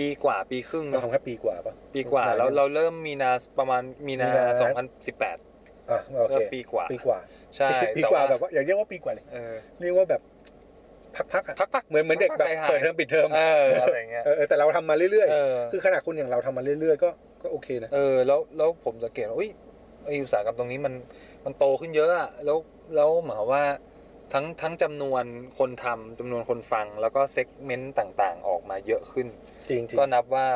[SPEAKER 2] ปีกว่าปีครึ่ง
[SPEAKER 3] เรา
[SPEAKER 2] เนาะ
[SPEAKER 3] ทำแค่ปีกว่าปะ
[SPEAKER 2] ปีกว่าเราเราเริ่มมีนาประมาณมีนา
[SPEAKER 3] มีนา
[SPEAKER 2] 2018
[SPEAKER 3] อ่ะโอ
[SPEAKER 2] ก็
[SPEAKER 3] เค
[SPEAKER 2] ปีกว่า
[SPEAKER 3] ปีกว่า
[SPEAKER 2] ใช่
[SPEAKER 3] [LAUGHS] ปีกว่า
[SPEAKER 2] ต่
[SPEAKER 3] แบบว่าอย่าเรียกว่าปีกว่าเลย
[SPEAKER 2] เออ
[SPEAKER 3] เรียกว่าแบบพักๆอ่ะ
[SPEAKER 2] พัก
[SPEAKER 3] เหมือนเหมือนเด็กแบบ
[SPEAKER 2] พักๆหายๆ
[SPEAKER 3] เปิดเทอมปิดเทอม
[SPEAKER 2] ๆเอออะไรเงี้ย
[SPEAKER 3] เออเออแต่เราทำมาเรื่อย
[SPEAKER 2] เออ
[SPEAKER 3] ๆ คือขนาดคนอย่างเราทำมาเรื่อยๆก็ก็โอเคนะ
[SPEAKER 2] เออแล้วแล้วผมสังเกตว่าอุ้ยไออุตสาหกรรมตรงนี้มันมันโตขึ้นเยอะอะแล้วแล้วหมายความว่าทั้งทั้งจำนวนคนทำจำนวนคนฟังแล้วก็เซกเมนต์ต่างๆ ออกมาเยอะขึ้น
[SPEAKER 3] จริงจริง
[SPEAKER 2] ก็นับว่า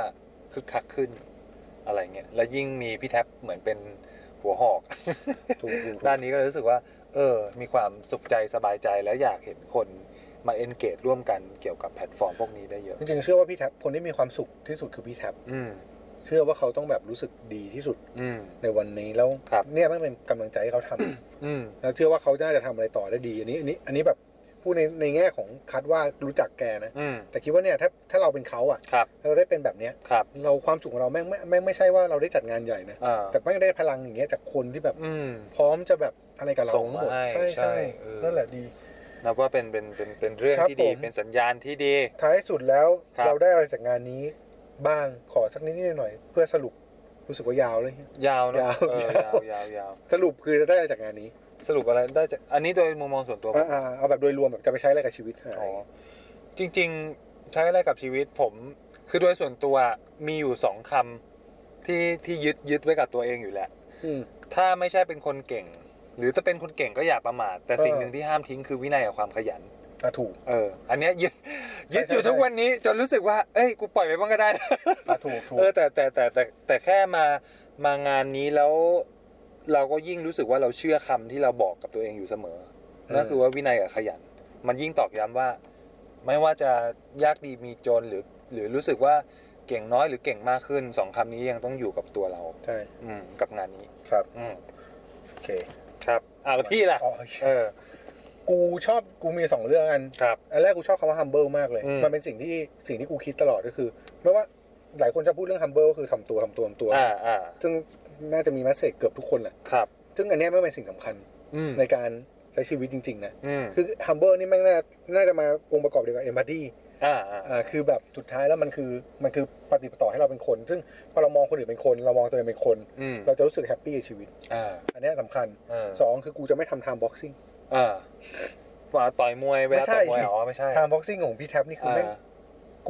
[SPEAKER 2] คึกคักขึ้นอะไรเงี้ย แล้วยิ่งมีพี่แท็บเหมือนเป็นหัวหอก [LAUGHS]
[SPEAKER 3] ถูกถูก
[SPEAKER 2] ด้านนี้ก็เลยรู้สึกว่า เออ มีความสุขใจสบายใจและอยากเห็นคนมาเอนเกจร่วมกันเกี่ยวกับแพลตฟอร์มพวกนี้ได้เยอะ
[SPEAKER 3] จริงๆเชื่อว่าพี่แท็บคนที่มีความสุขที่สุดคือพี่แท็บ
[SPEAKER 2] อืม
[SPEAKER 3] เชื่อว่าเขาต้องแบบรู้สึกดีที่สุด
[SPEAKER 2] อืม
[SPEAKER 3] ในวันนี้แล้ว
[SPEAKER 2] ครับ
[SPEAKER 3] เนี่ยมันเป็นกำลังใจให้เขาทำ [COUGHS]
[SPEAKER 2] อืม
[SPEAKER 3] แล้วเชื่อว่าเขาน่าจะทำอะไรต่อได้ดี อันนี้อันนี้อันนี้แบบพูดในในแง่ของคัดว่ารู้จักแกนะ
[SPEAKER 2] อืม
[SPEAKER 3] แต่คิดว่าเนี่ยถ้าถ้าเราเป็นเขาอะ
[SPEAKER 2] ครับ
[SPEAKER 3] เราได้เป็นแบบเนี้ย
[SPEAKER 2] ครับ
[SPEAKER 3] เราความสุขของเราแม่งไม่แม่งไม่ใช่ว่าเราได้จัดงานใหญ่นะ
[SPEAKER 2] เออ
[SPEAKER 3] แต่แม่งได้พลังอย่างเงี้ยจากคนที่แบบ
[SPEAKER 2] อืม
[SPEAKER 3] พร้อมจะแบบอะไรกับเรา
[SPEAKER 2] ส่งมา
[SPEAKER 3] ทั้งหมด
[SPEAKER 2] ให้
[SPEAKER 3] ใช่
[SPEAKER 2] ใช่
[SPEAKER 3] ใช่
[SPEAKER 2] เออ
[SPEAKER 3] นั่นแหละดี
[SPEAKER 2] นับว่าเป็นเป็นเป็นเป็นเรื่อง
[SPEAKER 3] ครับ
[SPEAKER 2] ที่ดี
[SPEAKER 3] ผม
[SPEAKER 2] เป็นสัญญาณที่ดี
[SPEAKER 3] ท้ายสุดแล้ว
[SPEAKER 2] ครับ
[SPEAKER 3] เราได้อะไรจากงานนี้ บ้างขอสักนิดนิดหน่อยๆเพื่อสรุปรู้สึกว่ายาวเลย
[SPEAKER 2] ยาวเนอะ
[SPEAKER 3] ยาว
[SPEAKER 2] เออ
[SPEAKER 3] าย
[SPEAKER 2] ยาว ว ยาว ยาว
[SPEAKER 3] สรุปคือได้อะไรจากงานนี้
[SPEAKER 2] สรุปอะไรได้จากอันนี้โดยมุมมองส่วนตัวผม
[SPEAKER 3] อ่าๆเอาแบบโดยรวมแบบจะไปใช้อะไรกับชีวิตหาอะไร
[SPEAKER 2] อ๋อ
[SPEAKER 3] เงี้ย
[SPEAKER 2] จริงๆใช้อะไรกับชีวิตผม คือโดยส่วนตัวมีอยู่สองคำที่ที่ยึดยึดไว้กับตัวเองอยู่แหละ
[SPEAKER 3] อืม
[SPEAKER 2] ถ้าไม่ใช่เป็นคนเก่ง หรือจะเป็นคนเก่งก็อย่าประมาทแต่
[SPEAKER 3] เออ
[SPEAKER 2] สิ่งหนึ่งที่ห้ามทิ้งคือวินัยกับความขยัน
[SPEAKER 3] อ่ะถูก
[SPEAKER 2] เออ อันเนี้ยยึดยึดอยู่
[SPEAKER 3] ใช่ใช่
[SPEAKER 2] ทุกวันนี้จนรู้สึกว่า เอ้ยกูปล่อยไปบ้างก็ได้นะ
[SPEAKER 3] อ่ะถูกถูก
[SPEAKER 2] เออแต่แต่แต่แต่แต่แค่มามางานนี้แล้ว เราก็ยิ่งรู้สึกว่าเราเชื่อคำที่เราบอกกับตัวเองอยู่เสมอ นั่นคือว่าวินัยกับขยัน มันยิ่งตอกย้ำว่า ไม่ว่าจะยากดีมีจนหรือ หรือรู้สึกว่าเก่งน้อยหรือเก่งมากขึ้นสองคำนี้ยังต้องอยู่กับตัวเรา
[SPEAKER 3] ใช่
[SPEAKER 2] อืมกับงานนี้
[SPEAKER 3] ครับ
[SPEAKER 2] อืม
[SPEAKER 3] โอเค
[SPEAKER 2] ครับอ่าแล้วพี่ล่ะ
[SPEAKER 3] อ๋อ
[SPEAKER 2] เออ
[SPEAKER 3] กูชอบกูมีสองเรื่องกัน
[SPEAKER 2] ครับ
[SPEAKER 3] อันแรกกูชอบคำว่า humble มากเลย
[SPEAKER 2] อืม
[SPEAKER 3] มันเป็นสิ่งที่สิ่งที่กูคิดตลอดก็คือไม่ว่าหลายคนจะพูดเรื่อง humble ก็คือทำตัวทำตัวทำตัว
[SPEAKER 2] อ่าอ่า
[SPEAKER 3] ซึ่งน่าจะมีแมสเซจเกือบทุกคนแหละ
[SPEAKER 2] ครับ
[SPEAKER 3] ซึ่งอันเนี้ยไม่เป็นสิ่งสำคัญ
[SPEAKER 2] อืม
[SPEAKER 3] ในการใช้ชีวิตจริง ๆ นะ
[SPEAKER 2] อืม
[SPEAKER 3] คือ humble นี่แม่งน่าน่าจะมาองค์ประกอบเดียวกับ empathy
[SPEAKER 2] อ่าอ่า
[SPEAKER 3] อ่าคือแบบสุดท้ายแล้วมันคือมันคือปฏิปต่อให้เราเป็นคน ซึ่งพอเรามองคนอื่นเป็นคน เรามองตัวเองเป็นคน
[SPEAKER 2] อืม
[SPEAKER 3] เราจะรู้สึกแฮปปี้กับชีวิต
[SPEAKER 2] อ่า
[SPEAKER 3] อันเนี้ยสำคัญ
[SPEAKER 2] อ่า
[SPEAKER 3] สองคือกูจะไม่ทำไทม์บ็อกซิ่ง
[SPEAKER 2] อ่าว่าต่อยมวยเวลาต่อยมว
[SPEAKER 3] ไม่ใช่
[SPEAKER 2] ย
[SPEAKER 3] สิ
[SPEAKER 2] อ๋อไม่ใช่
[SPEAKER 3] ไทม์บ็อกซิ่งของพี่แท็บนี่คือแม่ง
[SPEAKER 2] อ่า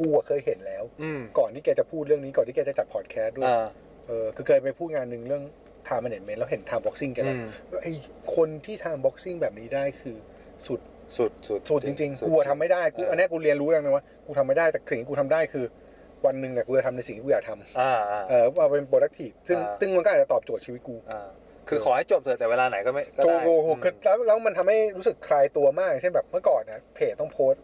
[SPEAKER 3] กูอะเคยเห็นแล้ว
[SPEAKER 2] อืม
[SPEAKER 3] ก่อนที่แกจะพูดเรื่องนี้ก่อนที่แกจะจัดพอดแคสต์ด้วย
[SPEAKER 2] อ่า
[SPEAKER 3] เออคือเคยไปพูดงานหนึ่งเรื่องไทม์แมเนจเมนต์แล้วเห็นไทม์บ็อกซิ่งแก
[SPEAKER 2] อื
[SPEAKER 3] แล้ว
[SPEAKER 2] ม
[SPEAKER 3] ไอ้คนที่ไทม์บ็อกซิ่งแบบนี้ได้คือสุด
[SPEAKER 2] สุดสุด
[SPEAKER 3] สุดจริง ๆ กูอะทำไม่ได้กู
[SPEAKER 2] เอออั
[SPEAKER 3] อันเนี้ยกูเรียนรู้แล้วนะว่ากูทำไม่ได้แต่สิ่งที่กูทำได้คือ วันหนึ่งเนี่ยกูจะทำในสิ่งที่กูอยากทำ
[SPEAKER 2] อ่าอ่า
[SPEAKER 3] เออว่าเป็นโปรดักทีฟซึ่ง
[SPEAKER 2] อ่า
[SPEAKER 3] ซึ่งมันก็อาจจะตอบโจทย์ชีวิตกู
[SPEAKER 2] อ่าคือขอให้จบเถอะแต่เวลาไหนก็ไม่ก็
[SPEAKER 3] โก
[SPEAKER 2] ได้
[SPEAKER 3] โกโหคือแล้วแล้วมันทำให้รู้สึกคลายตัวมากอย่างเช่นแบบเมื่อก่อนนะเพจต้องโพสต์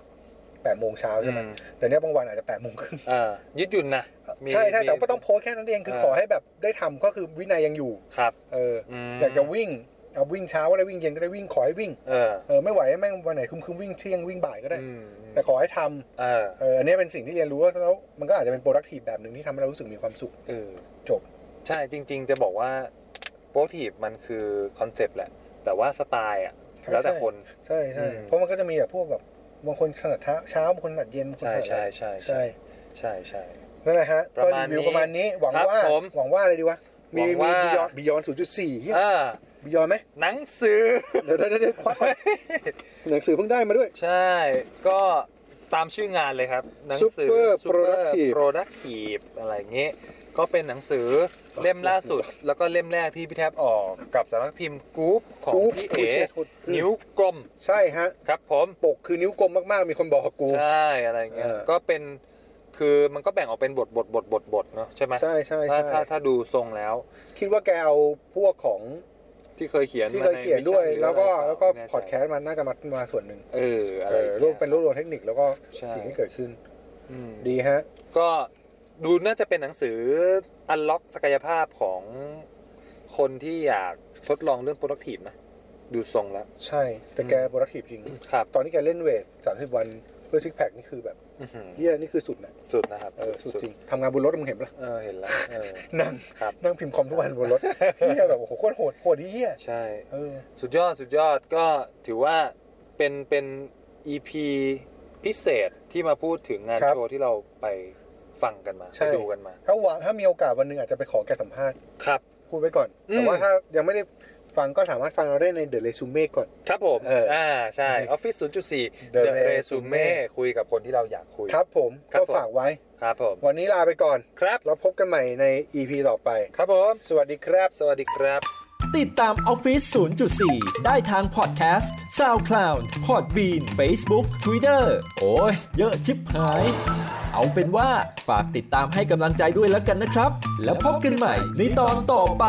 [SPEAKER 3] แปดโมงเช้า
[SPEAKER 2] อื
[SPEAKER 3] ใช่ไหม
[SPEAKER 2] ม
[SPEAKER 3] เดี๋ยวเนี้ยบางวันอาจจะแปดโมงครึ่ง
[SPEAKER 2] เออยืดหยุ่นนะมี
[SPEAKER 3] ใช่ใช่
[SPEAKER 2] มี
[SPEAKER 3] แต่ก็ต้องโพสต์แค่นั้นเองคือ
[SPEAKER 2] เออ
[SPEAKER 3] ขอให้แบบได้ทำก็คือวินัยยังอยู่
[SPEAKER 2] ครับ
[SPEAKER 3] เออ
[SPEAKER 2] ม
[SPEAKER 3] ออยากจะวิ่งเอาวิ่งเช้าก็ได้วิ่งเย็นก็ได้วิ่งขอให้วิ่ง
[SPEAKER 2] เออ
[SPEAKER 3] เออไม่ไหวแม่งวันไหนคุ้มๆวิ่งเที่ยงวิ่งบ่ายก็ได้
[SPEAKER 2] อืม
[SPEAKER 3] แต่ขอให้ทำ
[SPEAKER 2] เออ
[SPEAKER 3] เอออันเนี้ยเป็นสิ่งที่เรียนรู้ว่าแล้วมันก็อาจจะเป็นโปรดักทีฟแบบหนึ่งที่ทำให้เรารู้สึกมีความสุข
[SPEAKER 2] เออ
[SPEAKER 3] จบ
[SPEAKER 2] ใช่จริง ๆ จะบอกว่าโปรทีฟมันคือคอนเซปต์แหละ แต่ว่าสไตล์อ่ะแล้วแต่คน
[SPEAKER 3] ใช่ใช่
[SPEAKER 2] อืม
[SPEAKER 3] เพราะมันก็จะมีแบบพวกแบบบางคนถนัดเช้าบางคนถนัดเย็นบางคน
[SPEAKER 2] ใช่
[SPEAKER 3] ถนัด
[SPEAKER 2] ใช่ใช่
[SPEAKER 3] ใช่
[SPEAKER 2] ใช่ใช่
[SPEAKER 3] นั่นแหละฮะ
[SPEAKER 2] ประ
[SPEAKER 3] ก็
[SPEAKER 2] มา
[SPEAKER 3] รี
[SPEAKER 2] ณ
[SPEAKER 3] วิว
[SPEAKER 2] นี้
[SPEAKER 3] ประมาณนี้หวัง
[SPEAKER 2] ครับ
[SPEAKER 3] ว่า
[SPEAKER 2] ผม
[SPEAKER 3] หวังว่าอะไรดีวะมี
[SPEAKER 2] หวัง
[SPEAKER 3] มี
[SPEAKER 2] ว่า
[SPEAKER 3] บิยอนบิยอนศูนย์จุดสี่
[SPEAKER 2] เออ
[SPEAKER 3] บิยอนไหม
[SPEAKER 2] หนังสือ
[SPEAKER 3] เดี๋ยวเดี๋ยวเดี๋ยวเดี๋ยวควักก่อนหนังสือเพิ่งได้มาด้วย
[SPEAKER 2] ใช่ ก็ตามชื่องานเลยครับ หนังสือ
[SPEAKER 3] Super
[SPEAKER 2] Super
[SPEAKER 3] Productive
[SPEAKER 2] Productive อะไรเงี้ยก็เป็นหนังสือเล่มล่า
[SPEAKER 3] [LAUGHS]
[SPEAKER 2] สุด แล้วก็เล่มแรกที่พี่แทบออกกับสำนักพิมพ์กรุ๊ปของ
[SPEAKER 3] กู
[SPEAKER 2] พี่
[SPEAKER 3] กู
[SPEAKER 2] เอ๋
[SPEAKER 3] เชียร์ทุนอืม
[SPEAKER 2] นิ้วกลม
[SPEAKER 3] ใช่ฮะ
[SPEAKER 2] ครับผม
[SPEAKER 3] ปกคือนิ้วกลมมากๆ มีคนบอกกับกู
[SPEAKER 2] ใช่อะไรเงี้ย
[SPEAKER 3] เออ
[SPEAKER 2] ก็เป็นคือมันก็แบ่งออกเป็นบทบทบทบทบทเนาะใช่ไหม
[SPEAKER 3] ใช่ใช่
[SPEAKER 2] ถ้า
[SPEAKER 3] ใช่
[SPEAKER 2] ถ้าถ้าดูทรงแล้ว
[SPEAKER 3] คิดว่าแกเอาพวกของ
[SPEAKER 2] ที่เคยเขียน
[SPEAKER 3] ที่
[SPEAKER 2] มา
[SPEAKER 3] เคยเขียนด้วย
[SPEAKER 2] มิชชั่นหรือ
[SPEAKER 3] แล้วก็
[SPEAKER 2] อะไร
[SPEAKER 3] แล้วก็
[SPEAKER 2] ไม่น่ใจ
[SPEAKER 3] พอดแคสต์มันน่าจะมามาส่วนหนึ่ง
[SPEAKER 2] เอออะ
[SPEAKER 3] เอ
[SPEAKER 2] ไร
[SPEAKER 3] อ
[SPEAKER 2] อ
[SPEAKER 3] ร
[SPEAKER 2] ย่างเงี้
[SPEAKER 3] วย มเป็นรวบรวมเทคนิคแล้วก็
[SPEAKER 2] ใช่
[SPEAKER 3] สิ่งที่เกิดขึ้น
[SPEAKER 2] อืม
[SPEAKER 3] ดีฮะ
[SPEAKER 2] ก็ดูน่าจะเป็นหนังสืออันล็อกศักยภาพของคนที่อยากทดลองเรื่อง productive นะ ดูทรงแล้ว [COUGHS]
[SPEAKER 3] ใช่ แต่แกโปรตีฟจริง
[SPEAKER 2] ครับ [COUGHS]
[SPEAKER 3] ตอนที่แกเล่นเวทสามสิบวันเพื่อซิกแพคนี่คือแบบ
[SPEAKER 2] อื้อหือ
[SPEAKER 3] เยี่ยนี่คือสุดนะ
[SPEAKER 2] สุดนะครับ
[SPEAKER 3] เออสุดจริงทำงานบนรถมึงเห็นปะ
[SPEAKER 2] เออเห็นแล้วเออ [COUGHS]
[SPEAKER 3] นั่ง
[SPEAKER 2] ครับ
[SPEAKER 3] นั่งพิมพ์คอมทุกวันบนรถเฮียแบบโอ้โหโคตรโหดโหดเฮีย
[SPEAKER 2] ใช่
[SPEAKER 3] เออ
[SPEAKER 2] สุดยอดสุดยอดก็ถือว่าเป็นเป็น EP พิเศษที่มาพูดถึงงาน
[SPEAKER 3] ครับ
[SPEAKER 2] โชว์ที่เราไปฟังกันมา
[SPEAKER 3] ใช่
[SPEAKER 2] ไปดูกันมา
[SPEAKER 3] ถ้าหวังถ้ามีโอกาสวันหนึ่งอาจจะไปขอแกสัมภาษณ์
[SPEAKER 2] ครับ
[SPEAKER 3] พูดไว้ก่อน
[SPEAKER 2] อืม
[SPEAKER 3] แต่ว่าถ้ายังไม่ได้ฟังก็สามารถฟังเราได้ในเดอะเรซูเม่ก่อน
[SPEAKER 2] ครับผม
[SPEAKER 3] เอออ่
[SPEAKER 2] อ่าใช่ออฟฟิศ0.4 The
[SPEAKER 3] The
[SPEAKER 2] Resume
[SPEAKER 3] Resume
[SPEAKER 2] คุยกับคนที่เราอยากคุย
[SPEAKER 3] ครับผม
[SPEAKER 2] ครับ
[SPEAKER 3] ก็
[SPEAKER 2] ผม
[SPEAKER 3] ฝากไว้
[SPEAKER 2] ครับผม
[SPEAKER 3] วันนี้ลาไปก่อน
[SPEAKER 2] ครับ
[SPEAKER 3] แล้วพบกันใหม่ใน EP ต่อไป
[SPEAKER 2] ครับผม
[SPEAKER 3] สวัสดีครับ
[SPEAKER 2] สวัสดีครับ
[SPEAKER 4] ติดตาม Office 0.4 ได้ทางพอดแคสต์ SoundCloud Podbean Facebook Twitter โอ้ย เยอะชิบหาย เอาเป็นว่าฝากติดตามให้กำลังใจด้วยแล้วกันนะครับ แล้วพบกันใหม่ในตอนต่อไป